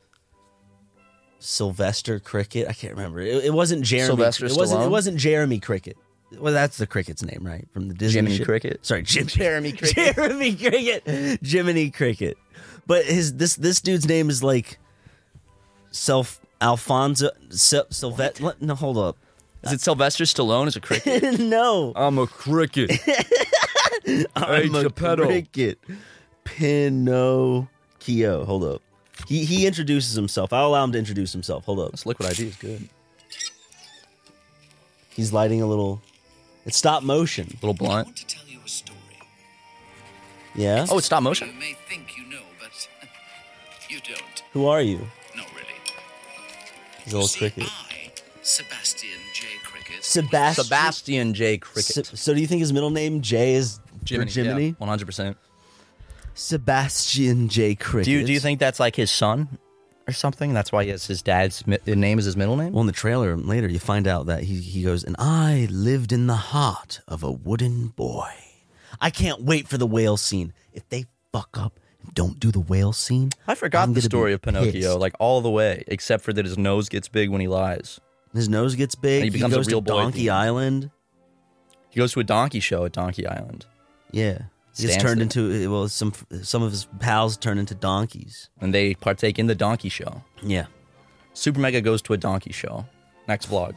Speaker 2: Sylvester Cricket. I can't remember. It, it wasn't Jeremy.
Speaker 3: Sylvester
Speaker 2: it wasn't. It
Speaker 3: Stallone?
Speaker 2: wasn't Jeremy Cricket. Well, that's the cricket's name, right? From the Disney.
Speaker 3: Jiminy
Speaker 2: shit.
Speaker 3: Cricket?
Speaker 2: Sorry, Jim,
Speaker 3: Jeremy Cricket.
Speaker 2: Jeremy Cricket. Jiminy Cricket. But his this this dude's name is like self Alfonso Syl, Sylvet. let- No, hold up.
Speaker 3: Is it Sylvester Stallone as a cricket?
Speaker 2: no,
Speaker 3: I'm a cricket.
Speaker 2: I'm a
Speaker 3: Hey, Geppetto.
Speaker 2: cricket. Pinocchio. Hold up. He he introduces himself. I'll allow him to introduce himself. Hold up.
Speaker 3: This liquid ID is good.
Speaker 2: He's lighting a little. It's stop motion.
Speaker 3: Little blunt.
Speaker 5: to tell you a story.
Speaker 2: Yeah.
Speaker 3: Oh, it's stop motion.
Speaker 5: You may think you know, but you don't.
Speaker 2: Who are you?
Speaker 5: Not really.
Speaker 2: He's a
Speaker 5: You
Speaker 2: little
Speaker 5: see,
Speaker 2: cricket.
Speaker 5: I, Sebastian J. Cricket,
Speaker 2: Sebastian.
Speaker 3: Sebastian J. Cricket.
Speaker 2: Se- so do you think his middle name Jay is Jiminy? Jiminy?
Speaker 3: One hundred percent.
Speaker 2: Sebastian J. Cricket.
Speaker 3: Do you do you think that's like his son or something? That's why he has his dad's mi- name is his middle name.
Speaker 2: Well, in the trailer later, you find out that he, he goes, and I lived in the heart of a wooden boy. I can't wait for the whale scene. If they fuck up and don't do the whale scene,
Speaker 3: I forgot
Speaker 2: I'm
Speaker 3: the
Speaker 2: gonna be
Speaker 3: story of Pinocchio,
Speaker 2: pissed.
Speaker 3: like all the way, except for that his nose gets big when he lies.
Speaker 2: His nose gets big.
Speaker 3: And he becomes a
Speaker 2: goes
Speaker 3: real
Speaker 2: to
Speaker 3: boy at
Speaker 2: Donkey
Speaker 3: the end.
Speaker 2: Island.
Speaker 3: He goes to a donkey show at Donkey Island,
Speaker 2: Yeah, he gets
Speaker 3: Stands
Speaker 2: turned
Speaker 3: there.
Speaker 2: into well, some some of his pals turn into donkeys.
Speaker 3: and they partake in the donkey show.
Speaker 2: Yeah,
Speaker 3: Super Mega goes to a donkey show. Next vlog.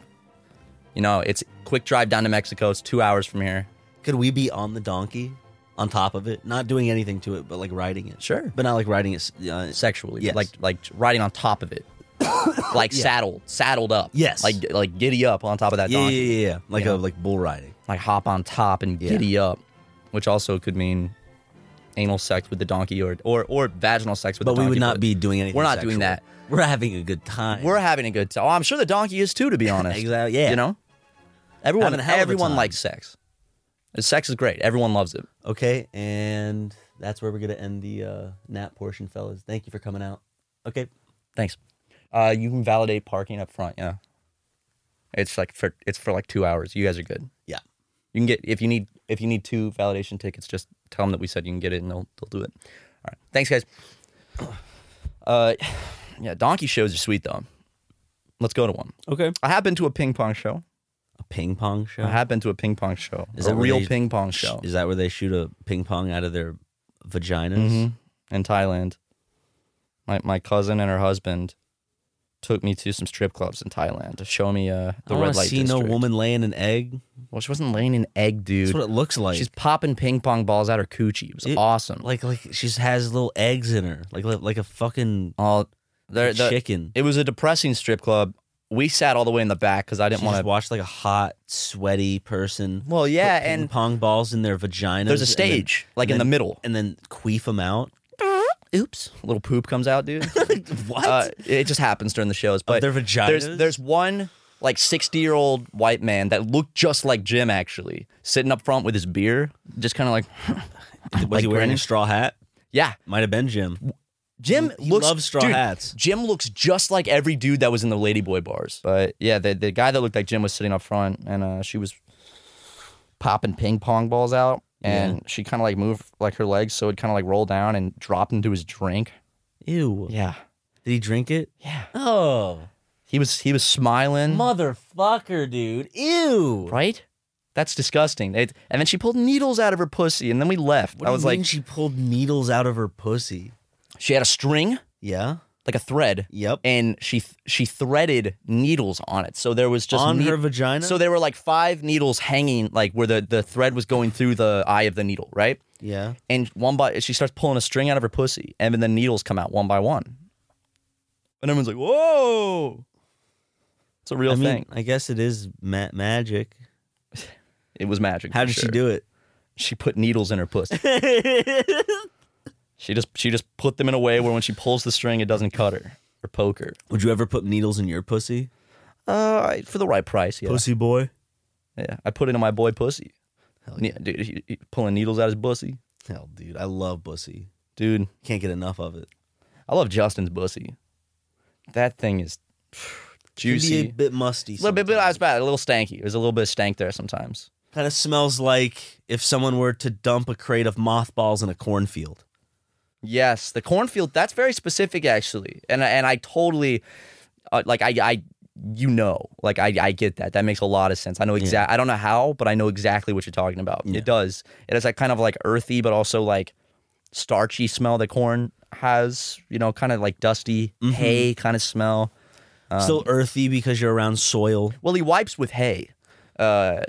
Speaker 3: You know, it's quick drive down to Mexico. It's two hours from here.
Speaker 2: could we be on the donkey, on top of it, not doing anything to it, but like riding it?
Speaker 3: Sure.
Speaker 2: but not like riding it. Uh,
Speaker 3: Sexually,
Speaker 2: Yes.
Speaker 3: like like riding on top of it, like saddled, saddled up.
Speaker 2: Yes.
Speaker 3: like like giddy up on top of that
Speaker 2: yeah, yeah,
Speaker 3: donkey.
Speaker 2: yeah, yeah, like
Speaker 3: You
Speaker 2: a
Speaker 3: know?
Speaker 2: like bull riding.
Speaker 3: Like hop on top and
Speaker 2: Yeah.
Speaker 3: giddy up, which also could mean anal sex with the donkey or or, or vaginal sex with
Speaker 2: But
Speaker 3: the
Speaker 2: we
Speaker 3: donkey.
Speaker 2: would not be doing anything.
Speaker 3: We're not doing
Speaker 2: sexual.
Speaker 3: that.
Speaker 2: We're having a good time.
Speaker 3: We're having a good time. Oh, I'm sure the donkey is too. To be honest,
Speaker 2: Exactly, yeah.
Speaker 3: You know, everyone
Speaker 2: Having a hell of a
Speaker 3: everyone
Speaker 2: time.
Speaker 3: likes sex. Sex is great. Everyone loves it.
Speaker 2: okay, and that's where we're gonna end the uh, nap portion, fellas. Thank you for coming out. Okay.
Speaker 3: Thanks. Uh, you can validate parking up front. Yeah, it's like for it's for like two hours. You guys are good.
Speaker 2: Yeah.
Speaker 3: You can get if you need if you need two validation tickets, just tell them that we said you can get it, and they'll they'll do it. All right. Thanks, guys. Uh, yeah, donkey shows are sweet though. Let's go to one.
Speaker 2: Okay.
Speaker 3: I have been to a ping pong show.
Speaker 2: A ping pong show.
Speaker 3: I have been to a ping pong show.
Speaker 2: Is
Speaker 3: a
Speaker 2: that where
Speaker 3: real
Speaker 2: they-
Speaker 3: ping pong show
Speaker 2: Is that where they shoot a ping pong out of their vaginas?
Speaker 3: Mm-hmm. in Thailand. My my cousin and her husband took me to some strip clubs in Thailand to show me uh,
Speaker 2: I
Speaker 3: the red
Speaker 2: want to
Speaker 3: light
Speaker 2: see no
Speaker 3: district.
Speaker 2: woman laying an egg.
Speaker 3: Well, she wasn't laying an egg, dude.
Speaker 2: That's what it looks like.
Speaker 3: She's popping ping pong balls out her coochie. It was
Speaker 2: It-
Speaker 3: awesome.
Speaker 2: like like she just has little eggs in her, like like, like a fucking
Speaker 3: all there, the-
Speaker 2: chicken.
Speaker 3: It was a depressing strip club. We sat all the way in the back because I
Speaker 2: I didn't
Speaker 3: didn't
Speaker 2: want
Speaker 3: want
Speaker 2: to watch
Speaker 3: to.
Speaker 2: like a hot, sweaty person.
Speaker 3: Well, yeah,
Speaker 2: put ping
Speaker 3: and
Speaker 2: pong balls in their vaginas.
Speaker 3: there's a
Speaker 2: and
Speaker 3: stage like
Speaker 2: and
Speaker 3: in the
Speaker 2: then-
Speaker 3: middle.
Speaker 2: then, and then queef them out.
Speaker 3: Oops, little poop comes out, dude.
Speaker 2: What?
Speaker 3: uh, it just happens during the shows. But
Speaker 2: their vaginas?
Speaker 3: There's there's one like 60 year old white man that looked just like Jim actually sitting up front with his beer, just kind of like
Speaker 2: was he wearing
Speaker 3: grinning.
Speaker 2: a straw hat?
Speaker 3: yeah.
Speaker 2: Might have been Jim.
Speaker 3: Jim
Speaker 2: He
Speaker 3: looks
Speaker 2: loves straw
Speaker 3: dude,
Speaker 2: hats.
Speaker 3: Jim looks just like every dude that was in the Ladyboy bars. But yeah, the the guy that looked like Jim was sitting up front, and uh, she was popping ping pong balls out, and she kind of like moved like her legs, so it kind of like rolled down and dropped into his drink.
Speaker 2: Ew.
Speaker 3: Yeah,
Speaker 2: Did he drink it?
Speaker 3: yeah.
Speaker 2: Oh,
Speaker 3: He was he was smiling,
Speaker 2: motherfucker, dude. Ew.
Speaker 3: right? That's disgusting. It, and then she pulled needles out of her pussy, and then we left.
Speaker 2: What
Speaker 3: I
Speaker 2: do
Speaker 3: was
Speaker 2: you mean
Speaker 3: like,
Speaker 2: she pulled needles out of her pussy.
Speaker 3: she had a string,
Speaker 2: Yeah.
Speaker 3: like a thread,
Speaker 2: Yep.
Speaker 3: and she th- she threaded needles on it. So there was just
Speaker 2: on
Speaker 3: ne-
Speaker 2: her vagina.
Speaker 3: So there were like five needles hanging, like where the, the thread was going through the eye of the needle, right?
Speaker 2: yeah.
Speaker 3: And one by she starts pulling a string out of her pussy, and then the needles come out one by one. And everyone's like, "Whoa!" It's a real
Speaker 2: I mean,
Speaker 3: thing.
Speaker 2: I guess it is ma- magic.
Speaker 3: It was magic.
Speaker 2: How
Speaker 3: for
Speaker 2: did she
Speaker 3: sure.
Speaker 2: do it?
Speaker 3: She put needles in her pussy. she just she just put them in a way where when she pulls the string, it doesn't cut her or poke her.
Speaker 2: Would you ever put needles in your pussy?
Speaker 3: Uh, I- for the right price, yeah.
Speaker 2: Pussy boy.
Speaker 3: Yeah, I put it in my boy pussy. Ne- dude, he- he- pulling needles out his pussy,
Speaker 2: Hell, dude, I love pussy.
Speaker 3: dude.
Speaker 2: Can't get enough of it.
Speaker 3: I love Justin's bussy. That thing is
Speaker 2: Can
Speaker 3: juicy.
Speaker 2: Be a bit musty.
Speaker 3: a little bit, but I was bad. A little stanky. There's a little bit of stank there sometimes.
Speaker 2: Kind of smells like if someone were to dump a crate of mothballs in a cornfield.
Speaker 3: Yes, the cornfield. That's very specific, actually, and I- and I totally, uh, like I I you know like I, I get that that makes a lot of sense i know exact i don't know how but i know exactly what you're talking about it does it is like kind of like earthy but also like starchy smell that corn has you know kind of like dusty hay kind of smell
Speaker 2: Still earthy because you're around soil.
Speaker 3: Well, he wipes with hay. Uh,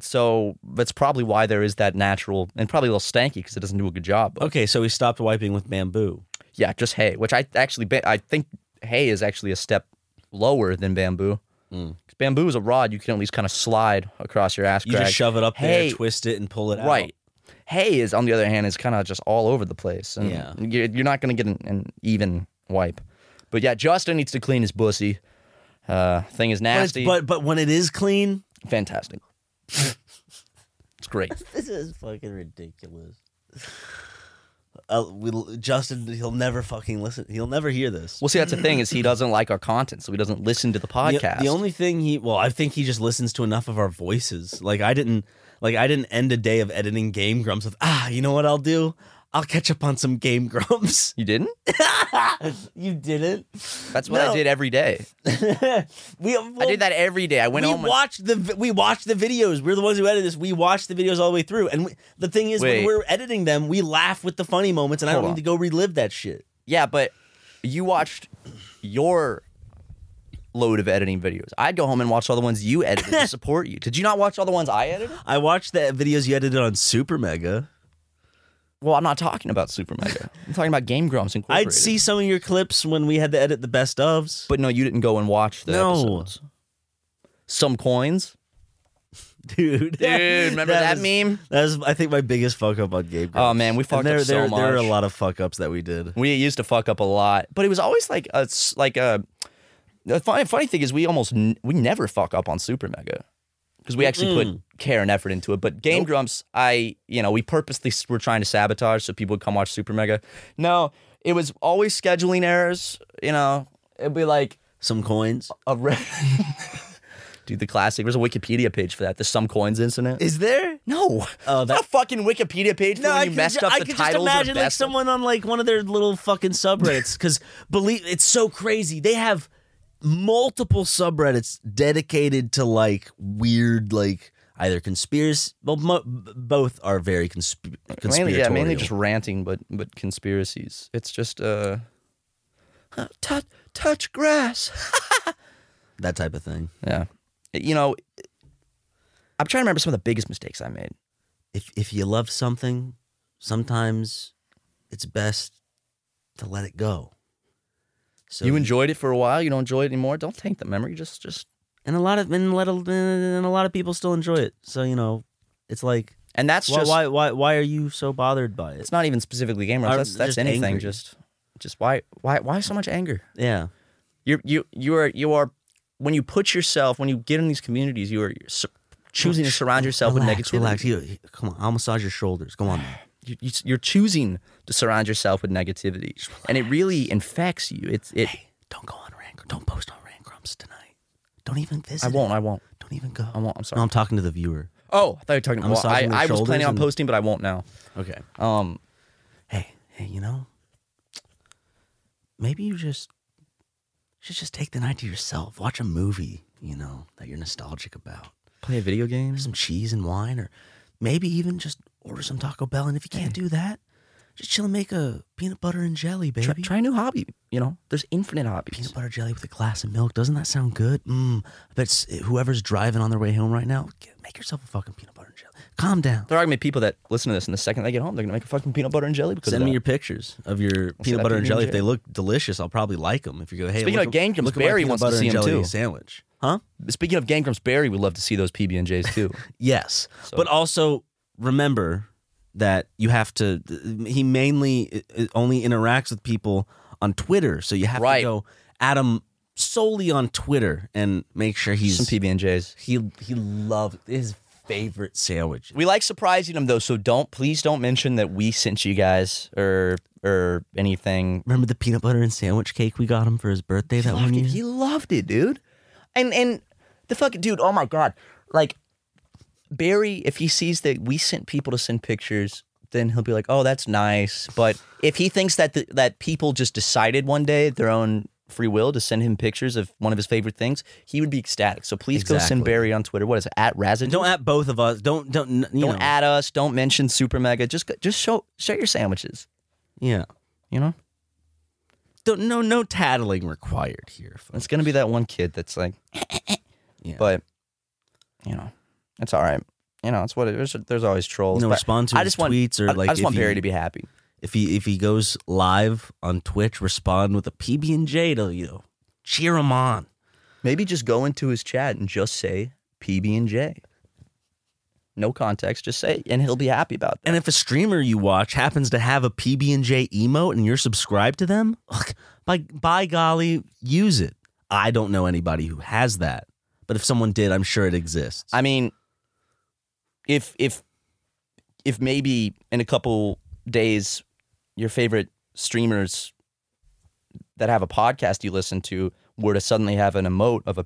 Speaker 3: so that's probably why there is that natural and probably a little stanky because it doesn't do a good job. But
Speaker 2: Okay, so we stopped wiping with bamboo.
Speaker 3: yeah, just hay, which I actually ba- I think hay is actually a step lower than bamboo. 'Cause Bamboo is a rod you can at least kind of slide across your ass
Speaker 2: Hmm. You
Speaker 3: crack.
Speaker 2: just shove it up
Speaker 3: Hay-
Speaker 2: there, twist it, and pull it out.
Speaker 3: right. Hay is on the other hand is kind of just all over the place, and
Speaker 2: Yeah.
Speaker 3: you're, you're not going to get an, an even wipe. But yeah, Justin needs to clean his bussy. Uh, thing is
Speaker 2: But, it's-
Speaker 3: nasty,
Speaker 2: but but when it is clean,
Speaker 3: fantastic. it's great.
Speaker 2: this is fucking ridiculous. Uh, we, Justin, he'll never fucking listen. He'll never hear this.
Speaker 3: Well, see, that's the thing is he doesn't like our content, so he doesn't listen to the
Speaker 2: The-
Speaker 3: podcast.
Speaker 2: The, only thing he well, I think he just listens to enough of our voices. Like I didn't like I didn't end a day of editing Game Grumps with ah, you know what I'll do? I'll catch up on some Game Grumps.
Speaker 3: you didn't?
Speaker 2: you didn't.
Speaker 3: That's what I
Speaker 2: No.
Speaker 3: did every day.
Speaker 2: we
Speaker 3: I did that every day. I went
Speaker 2: we
Speaker 3: home.
Speaker 2: watched the vi- we watched the videos. We're the ones who edit this. We watched the videos all the way through. And we, the thing is,
Speaker 3: Wait.
Speaker 2: when we're editing them, we laugh with the funny moments, and I
Speaker 3: Hold
Speaker 2: don't
Speaker 3: on.
Speaker 2: need to go relive that shit.
Speaker 3: with, yeah, but you watched your load of editing videos. I'd go home and watch all the ones you edited to support you. Did you not watch all the ones I edited?
Speaker 2: I watched the videos you edited on Super Mega.
Speaker 3: Well, I'm not talking about Super Mega. I'm talking about Game Grumps Incorporated.
Speaker 2: I'd see some of your clips when we had to edit the best ofs.
Speaker 3: but no, you didn't go and watch the
Speaker 2: No.
Speaker 3: episodes. Some coins,
Speaker 2: dude.
Speaker 3: dude. Remember that,
Speaker 2: was-
Speaker 3: meme?
Speaker 2: That was, I think, my biggest fuck up on Game
Speaker 3: Oh
Speaker 2: Grumps.
Speaker 3: man, we fucked
Speaker 2: and there,
Speaker 3: up so
Speaker 2: there,
Speaker 3: much.
Speaker 2: There are a lot of fuck ups that we did.
Speaker 3: We used to fuck up a lot, but it was always like a s- like a. The funny, funny thing is, we almost n- we never fuck up on Super Mega because we actually put care and effort into it. But Game Grumps, I you know, we purposely s- were trying to sabotage so people would come watch Super Mega. No, it was always scheduling errors. You know, it'd be like
Speaker 2: Some coins.
Speaker 3: a. Re- Dude, the classic. There's a Wikipedia page for that. There's some coins incident.
Speaker 2: Is there?
Speaker 3: no,
Speaker 2: Oh,
Speaker 3: Not a fucking Wikipedia page. No, when you messed
Speaker 2: ju-
Speaker 3: up
Speaker 2: I
Speaker 3: the
Speaker 2: could just
Speaker 3: titles or
Speaker 2: imagine like
Speaker 3: best of-
Speaker 2: someone on like one of their little fucking subreddits because believe it's so crazy. They have multiple subreddits dedicated to like weird like either conspiracy. Well, mo- b- both are very consp- conspiratorial.
Speaker 3: Mainly, yeah, mainly just ranting, but but conspiracies. It's just uh, uh, Todd touch grass.
Speaker 2: that type of thing.
Speaker 3: Yeah. You know, I'm trying to remember some of the biggest mistakes I made.
Speaker 2: If if you love something, sometimes it's best to let it go. So
Speaker 3: you enjoyed it for a while, you don't enjoy it anymore. Don't taint the memory. Just just
Speaker 2: and a lot of and let a, and a lot of people still enjoy it. So you know, it's like
Speaker 3: and that's
Speaker 2: why
Speaker 3: just
Speaker 2: why why why are you so bothered by it?
Speaker 3: it's not even specifically game
Speaker 2: Or
Speaker 3: rush. That's that's
Speaker 2: just
Speaker 3: anything.
Speaker 2: angry.
Speaker 3: Just just why why why so much anger?
Speaker 2: Yeah,
Speaker 3: You're you you are you are when you put yourself when you get in these communities, you are sur- choosing to surround yourself
Speaker 2: relax,
Speaker 3: with negativity.
Speaker 2: relax. You, you- come on, I'll massage your shoulders. Go on. Man.
Speaker 3: You, you, you're choosing to surround yourself with negativity, and it really infects you. It's it.
Speaker 2: Don't go on Rank. Don't post on Rank Grumps tonight. Don't even visit.
Speaker 3: I
Speaker 2: it.
Speaker 3: won't. I won't.
Speaker 2: Don't even go.
Speaker 3: I won't. I'm sorry.
Speaker 2: No, I'm talking to the viewer.
Speaker 3: oh, I thought you were talking.
Speaker 2: I'm
Speaker 3: Well, I,
Speaker 2: Um, massaging their
Speaker 3: I was
Speaker 2: shoulders
Speaker 3: planning on
Speaker 2: and-
Speaker 3: posting, but I won't now.
Speaker 2: Okay.
Speaker 3: Um,
Speaker 2: Hey, hey, you know, maybe you just should just take the night to yourself. Watch a movie, you know, that you're nostalgic about.
Speaker 3: play a video game.
Speaker 2: Have some cheese and wine, or maybe even just order some Taco Bell. And if you can't do that, just chill and make a peanut butter and jelly, baby.
Speaker 3: Try, try a new hobby. You know, there's infinite hobbies.
Speaker 2: peanut butter jelly with a glass of milk. Doesn't that sound good? Mmm. I bet s- whoever's driving on their way home right now, get, make yourself a fucking peanut butter and jelly. Calm down.
Speaker 3: There are gonna be people that listen to this, and the second they get home, they're gonna make a fucking peanut butter and jelly because of
Speaker 2: Send me
Speaker 3: that.
Speaker 2: your pictures of your
Speaker 3: that
Speaker 2: peanut butter and
Speaker 3: peanut
Speaker 2: jelly.
Speaker 3: and
Speaker 2: If they look delicious, I'll probably like them. If you go, hey,
Speaker 3: Speaking
Speaker 2: look
Speaker 3: of
Speaker 2: at-
Speaker 3: Gangnam,
Speaker 2: look at my
Speaker 3: Barry
Speaker 2: peanut
Speaker 3: wants to
Speaker 2: butter
Speaker 3: see
Speaker 2: and
Speaker 3: 'em
Speaker 2: jelly
Speaker 3: too.
Speaker 2: Sandwich, huh?
Speaker 3: Speaking of Gang Grumps Barry, we'd love to see those PB and J's too.
Speaker 2: Yes,
Speaker 3: So-
Speaker 2: but also remember that you have to. He mainly uh, only interacts with people on Twitter, so you have
Speaker 3: Right.
Speaker 2: to go at him solely on Twitter and make sure he's
Speaker 3: Some PB and J's.
Speaker 2: he he loves his favorite sandwich.
Speaker 3: We like surprising them though, so don't please don't mention that we sent you guys or or anything.
Speaker 2: Remember the peanut butter and sandwich cake we got him for his birthday that one
Speaker 3: Loved it.
Speaker 2: year?
Speaker 3: He loved it, dude. And and the fucking dude, oh my god. Like Barry, if he sees that we sent people to send pictures, then he'll be like, "Oh, that's nice." But if he thinks that the, that people just decided one day at their own free will to send him pictures of one of his favorite things, he would be ecstatic. So please go send
Speaker 2: Exactly.
Speaker 3: Barry on Twitter. What is it? At Razin.
Speaker 2: Don't at both of us. Don't don't n- you
Speaker 3: don't
Speaker 2: know.
Speaker 3: add us. Don't mention Super Mega. Just go- just show show your sandwiches.
Speaker 2: yeah.
Speaker 3: You know,
Speaker 2: Don't, no no tattling required here. folks.
Speaker 3: it's gonna be that one kid that's like,
Speaker 2: Yeah.
Speaker 3: but you know, it's all right. You know, it's what it, there's there's always trolls.
Speaker 2: No
Speaker 3: but
Speaker 2: response to
Speaker 3: I
Speaker 2: his
Speaker 3: just want,
Speaker 2: tweets or
Speaker 3: I,
Speaker 2: like
Speaker 3: I just
Speaker 2: if
Speaker 3: want
Speaker 2: he-
Speaker 3: Barry to be happy.
Speaker 2: if he if he goes live on Twitch, respond with a PB and J to you know, cheer him on.
Speaker 3: Maybe just go into his chat and just say PB and J. No context, just say, and he'll be happy about that.
Speaker 2: And if a streamer you watch happens to have a PB and J emote and you're subscribed to them, ugh, by by golly, use it. I don't know anybody who has that, but if someone did, I'm sure it exists.
Speaker 3: I mean, if if if maybe in a couple days your favorite streamers that have a podcast you listen to were to suddenly have an emote of a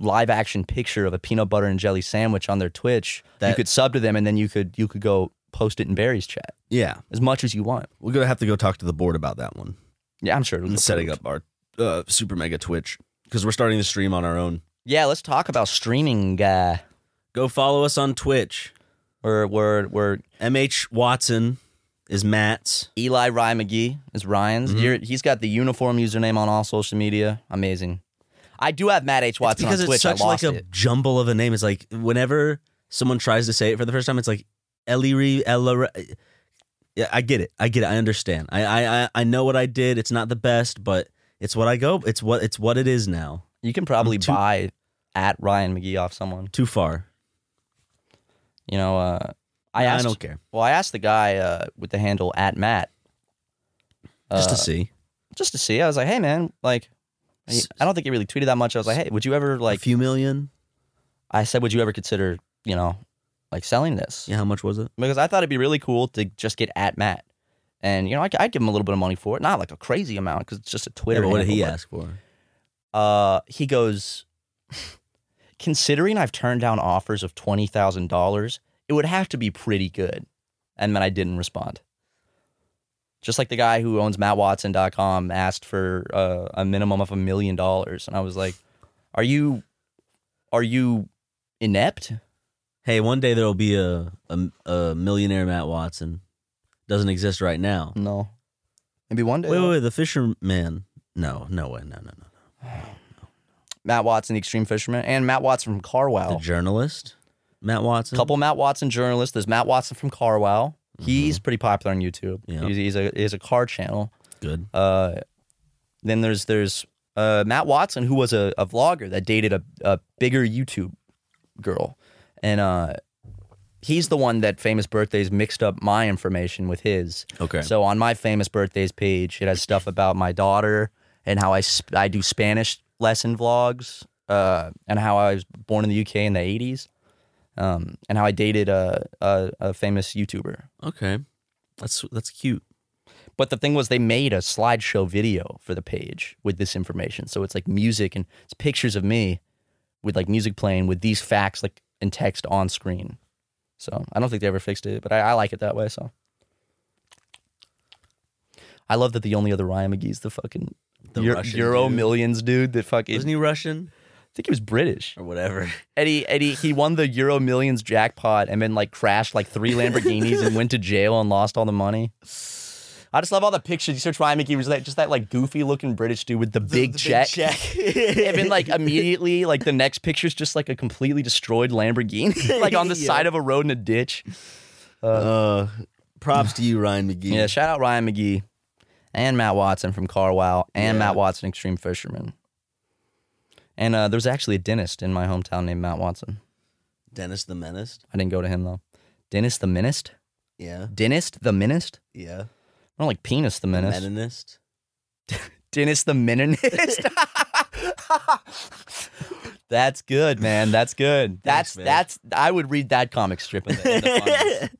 Speaker 3: live action picture of a peanut butter and jelly sandwich on their Twitch, you
Speaker 2: That-
Speaker 3: could sub to them and then you could you could go post it in Barry's chat
Speaker 2: yeah,
Speaker 3: as much as you want.
Speaker 2: we're gonna have to go talk to the board about that one
Speaker 3: Yeah, I'm sure. it'll
Speaker 2: and
Speaker 3: get
Speaker 2: setting
Speaker 3: approved.
Speaker 2: up our uh, super mega Twitch because we're starting the stream on our own.
Speaker 3: Yeah, let's talk about streaming. Uh,
Speaker 2: Go follow us on Twitch.
Speaker 3: where where where
Speaker 2: MH Watson is Matt's.
Speaker 3: Eli Rye McGee is Ryan's.
Speaker 2: Mm-hmm.
Speaker 3: You're, he's got the uniform username on all social media. Amazing. I do have Matt H Watson
Speaker 2: because
Speaker 3: on Twitch.
Speaker 2: it's such
Speaker 3: I lost
Speaker 2: like a
Speaker 3: it.
Speaker 2: jumble of a name. It's like whenever someone tries to say it for the first time, it's like Ellery Eller. Yeah, I get it. I get it. I understand. I, I I- I know what I did. It's not the best, but it's what I go. It's what it's what it is now.
Speaker 3: You can probably
Speaker 2: I'm too-
Speaker 3: buy at Ryan McGee off someone.
Speaker 2: Too far.
Speaker 3: You know, uh, I asked.
Speaker 2: don't care.
Speaker 3: Well, I asked the guy uh, with the handle at Matt
Speaker 2: Just
Speaker 3: uh,
Speaker 2: to see
Speaker 3: just to see. I was like, hey man, like. he- I don't think he really tweeted that much. I was like, "Hey, would you ever
Speaker 2: like a
Speaker 3: like?"
Speaker 2: few million.
Speaker 3: I said, "Would you ever consider, you know, like selling this?"
Speaker 2: Yeah, how much was it?
Speaker 3: because I thought it'd be really cool to just get at Matt. And you know, I, I'd give him a little bit of money for it, not like a crazy amount because it's just a Twitter.
Speaker 2: Yeah, but what did he
Speaker 3: handle,
Speaker 2: ask for?
Speaker 3: but, Uh, he goes, considering I've turned down offers of twenty thousand dollars, it would have to be pretty good. And then I didn't respond. Just like the guy who owns MattWatson.com asked for uh, a minimum of a million dollars, and I was like, "Are you, are you inept?"
Speaker 2: Hey, one day there'll be a a, a millionaire Matt Watson. Doesn't exist right now.
Speaker 3: No. Maybe one day.
Speaker 2: Wait,
Speaker 3: I'll-
Speaker 2: wait, wait, the fisherman. No, no way. No, no, no.
Speaker 3: Matt Watson, the extreme fisherman, and Matt Watson from Carwow.
Speaker 2: The journalist, Matt Watson.
Speaker 3: Oh. couple Matt Watson journalists. There's Matt Watson from Carwow. He's pretty popular on YouTube.
Speaker 2: Mm-hmm. Yeah.
Speaker 3: He's, he's a he's a car channel.
Speaker 2: Good.
Speaker 3: Uh, then there's there's uh, Matt Watson who was a, a vlogger that dated a, a bigger YouTube girl, and uh, he's the one that famous birthdays mixed up my information with his.
Speaker 2: Okay.
Speaker 3: So on my famous birthdays page, it has stuff about my daughter and how I sp- I do Spanish lesson vlogs, uh, and how I was born in the UK in the '80s, um, and how I dated a, a a famous YouTuber.
Speaker 2: Okay. That's that's cute.
Speaker 3: But the thing was, they made a slideshow video for the page with this information. So it's like music and it's pictures of me with like music playing with these facts like and text on screen. So I don't think they ever fixed it, but I, I like it that way. So I love that the only other Ryan McGee's the fucking
Speaker 2: The
Speaker 3: Eur-
Speaker 2: Russian
Speaker 3: Euro
Speaker 2: dude.
Speaker 3: Millions dude that fucking
Speaker 2: Isn't he Russian
Speaker 3: I think he was British.
Speaker 2: or whatever?
Speaker 3: Eddie Eddie he won the Euro Millions jackpot and then like crashed like three Lamborghinis and went to jail and lost all the money. I just love all the pictures. You search Ryan McGee, was that just that like goofy looking British dude with the, big check. and then like immediately, like the next picture's just like a completely destroyed Lamborghini, like on the side of a road in a ditch.
Speaker 2: Uh, props to you, Ryan McGee.
Speaker 3: Yeah, shout out Ryan McGee and Matt Watson from Carwow and Matt Watson Extreme Fisherman. And uh, there was actually a dentist in my hometown named Matt Watson.
Speaker 2: Dennis the Menace.
Speaker 3: I didn't go to him though. Dentist the Menist?
Speaker 2: Yeah.
Speaker 3: Dentist the Menist?
Speaker 2: Yeah.
Speaker 3: I don't like penis the menace.
Speaker 2: Meninist.
Speaker 3: Dennis the meninist. that's good, man. That's good. That's
Speaker 2: Thanks, man.
Speaker 3: that's. I would read that comic strip. In the, in the funnies.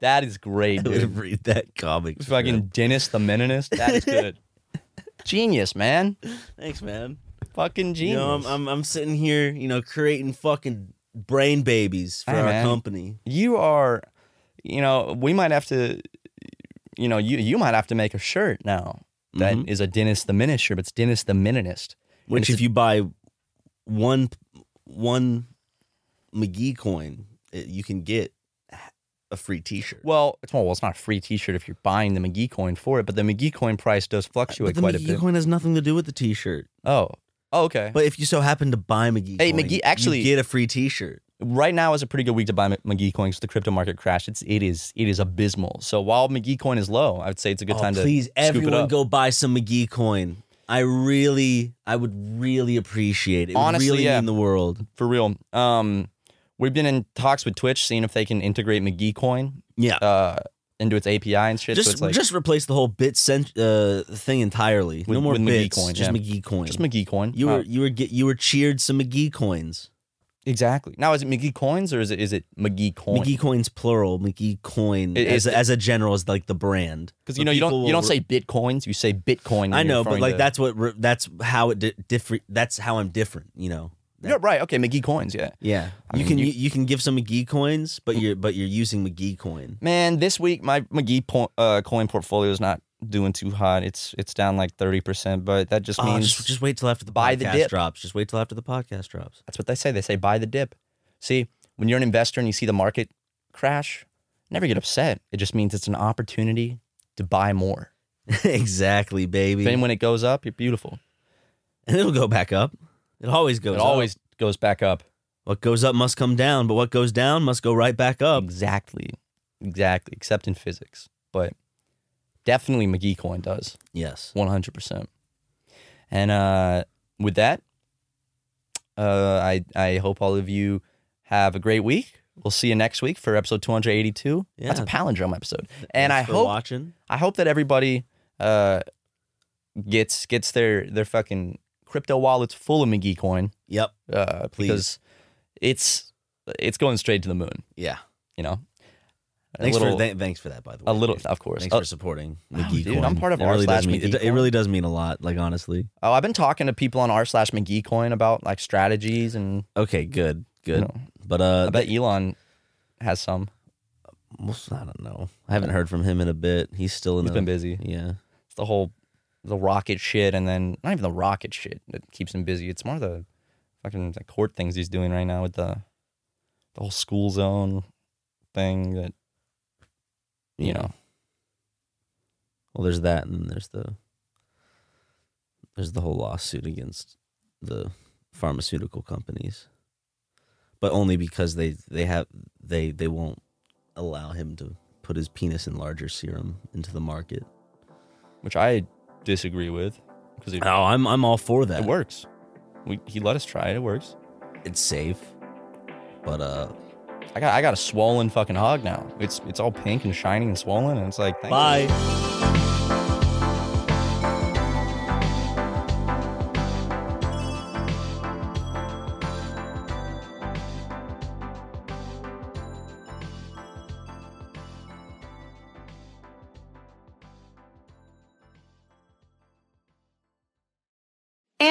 Speaker 3: that is great,
Speaker 2: I
Speaker 3: dude.
Speaker 2: would read that comic.
Speaker 3: Fucking Dennis the meninist. That is good. genius, man.
Speaker 2: strip. Thanks, man.
Speaker 3: Fucking
Speaker 2: You
Speaker 3: genius.
Speaker 2: know, I'm, I'm I'm sitting here, you know, creating fucking brain babies for
Speaker 3: Hey,
Speaker 2: our
Speaker 3: man.
Speaker 2: company.
Speaker 3: you are. You know, we might have to. You know, you you might have to make a shirt now that is
Speaker 2: Mhm.
Speaker 3: a Dennis the meninist shirt. but It's Dennis the meninist.
Speaker 2: Which,
Speaker 3: it's
Speaker 2: if you buy one one McGee coin,
Speaker 3: eh,
Speaker 2: it, you can get a free T-shirt.
Speaker 3: Well, it's well, it's not a free T-shirt if you're buying the McGee coin for it, but the McGee coin price does
Speaker 2: but
Speaker 3: fluctuate
Speaker 2: the
Speaker 3: quite
Speaker 2: McGee
Speaker 3: a bit.
Speaker 2: coin has nothing to do with the T-shirt.
Speaker 3: oh, oh, okay. But
Speaker 2: But if you so happen to buy McGee,
Speaker 3: Hey,
Speaker 2: coin,
Speaker 3: McGee,
Speaker 2: you
Speaker 3: actually-
Speaker 2: get a free T-shirt.
Speaker 3: right now is a pretty good week to buy M- McGee coin because the crypto market crashed. It's it is it is abysmal. So while McGee coin is low, I would say it's a good
Speaker 2: Oh,
Speaker 3: time to
Speaker 2: please,
Speaker 3: scoop it
Speaker 2: everyone,
Speaker 3: up.
Speaker 2: go buy some McGee coin. I really, I would really appreciate it. It would
Speaker 3: Honestly,
Speaker 2: really
Speaker 3: yeah.
Speaker 2: mean the world.
Speaker 3: for real. Um, we've been in talks with Twitch, seeing if they can integrate McGee coin
Speaker 2: Yeah,
Speaker 3: uh into its API and shit. so
Speaker 2: just
Speaker 3: it's like
Speaker 2: just replace the whole bit cent- uh, thing entirely. no
Speaker 3: With-
Speaker 2: more
Speaker 3: with McGee
Speaker 2: bits.
Speaker 3: coin,
Speaker 2: just
Speaker 3: yeah.
Speaker 2: McGee coin.
Speaker 3: just McGee coin.
Speaker 2: you
Speaker 3: Uh,
Speaker 2: were you were get, you were cheered some McGee coins.
Speaker 3: exactly now. Is it McGee coins or is it is it McGee coin?
Speaker 2: McGee coins plural. McGee coin
Speaker 3: It-
Speaker 2: as,
Speaker 3: it's-
Speaker 2: as a general is like the brand.
Speaker 3: because
Speaker 2: But
Speaker 3: you know you
Speaker 2: people
Speaker 3: don't you
Speaker 2: will
Speaker 3: don't say bitcoins, you say Bitcoin. when
Speaker 2: I
Speaker 3: you're
Speaker 2: know, but
Speaker 3: referring
Speaker 2: like
Speaker 3: to-
Speaker 2: that's what re- that's how it di- different. That's how I'm different. You know. That-
Speaker 3: Yeah, right. Okay, McGee coins. Yeah.
Speaker 2: Yeah,
Speaker 3: I
Speaker 2: you
Speaker 3: mean,
Speaker 2: can
Speaker 3: you- Mm.
Speaker 2: you, you can give some McGee coins, but you're but you're using McGee coin.
Speaker 3: Man, this week my McGee po- uh, coin portfolio is not doing too hot. It's it's down like thirty percent, but that just
Speaker 2: Oh,
Speaker 3: means
Speaker 2: just, just wait till after the
Speaker 3: buy
Speaker 2: podcast
Speaker 3: the dip.
Speaker 2: drops. Just wait till after the podcast drops.
Speaker 3: that's what they say. They say buy the dip. See, when you're an investor and you see the market crash, never get upset. It just means it's an opportunity to buy more.
Speaker 2: exactly, baby.
Speaker 3: Then when it goes up, you're beautiful.
Speaker 2: and it'll go back up. It always goes.
Speaker 3: it
Speaker 2: up.
Speaker 3: always goes back up.
Speaker 2: What goes up must come down, but what goes down must go right back up.
Speaker 3: Exactly, exactly. Except in physics, but definitely McGee coin does.
Speaker 2: Yes.
Speaker 3: One hundred percent. And uh, with that, uh, I I hope all of you have a great week. We'll see you next week for episode two hundred eighty-two. That's a
Speaker 2: Yeah.
Speaker 3: palindrome episode, and
Speaker 2: Thanks
Speaker 3: I
Speaker 2: for
Speaker 3: hope
Speaker 2: watching.
Speaker 3: I hope that everybody uh, gets gets their their fucking crypto wallets full of McGee coin
Speaker 2: Yep.
Speaker 3: uh,
Speaker 2: Please.
Speaker 3: because it's it's going straight to the moon.
Speaker 2: Yeah.
Speaker 3: You know, A
Speaker 2: Thanks
Speaker 3: little-
Speaker 2: for th- thanks for that by the way.
Speaker 3: a little,
Speaker 2: Thanks,
Speaker 3: of course.
Speaker 2: thanks
Speaker 3: A-
Speaker 2: for supporting
Speaker 3: wow,
Speaker 2: McGee
Speaker 3: Oh. dude,
Speaker 2: coin.
Speaker 3: I'm part of
Speaker 2: it
Speaker 3: r
Speaker 2: really
Speaker 3: slash
Speaker 2: does mean, it,
Speaker 3: McGee
Speaker 2: it really does mean a lot. Like honestly.
Speaker 3: oh, I've been talking to people on r slash McGee coin about like strategies and
Speaker 2: Okay. Good. Good.
Speaker 3: No.
Speaker 2: But uh,
Speaker 3: I bet Elon has some.
Speaker 2: well, I don't know. I haven't heard from him in a bit. He's still in.
Speaker 3: He's
Speaker 2: a,
Speaker 3: been busy.
Speaker 2: Yeah.
Speaker 3: It's the whole the rocket shit, and then not even the rocket shit that keeps him busy. It's more the fucking the court things he's doing right now with the the whole school zone thing that you
Speaker 2: Yeah.
Speaker 3: know.
Speaker 2: Well, there's that, and then there's the There's the whole lawsuit against the pharmaceutical companies, but only because they they have they they won't allow him to put his penis enlarger serum into the market.
Speaker 3: which I disagree with because it,
Speaker 2: Oh, I'm I'm all for that.
Speaker 3: it works. We, he let us try it. It works.
Speaker 2: It's safe, but uh,
Speaker 3: I got I got a swollen fucking hog now. It's it's all pink and shiny and swollen, and it's like thank you.
Speaker 4: Bye.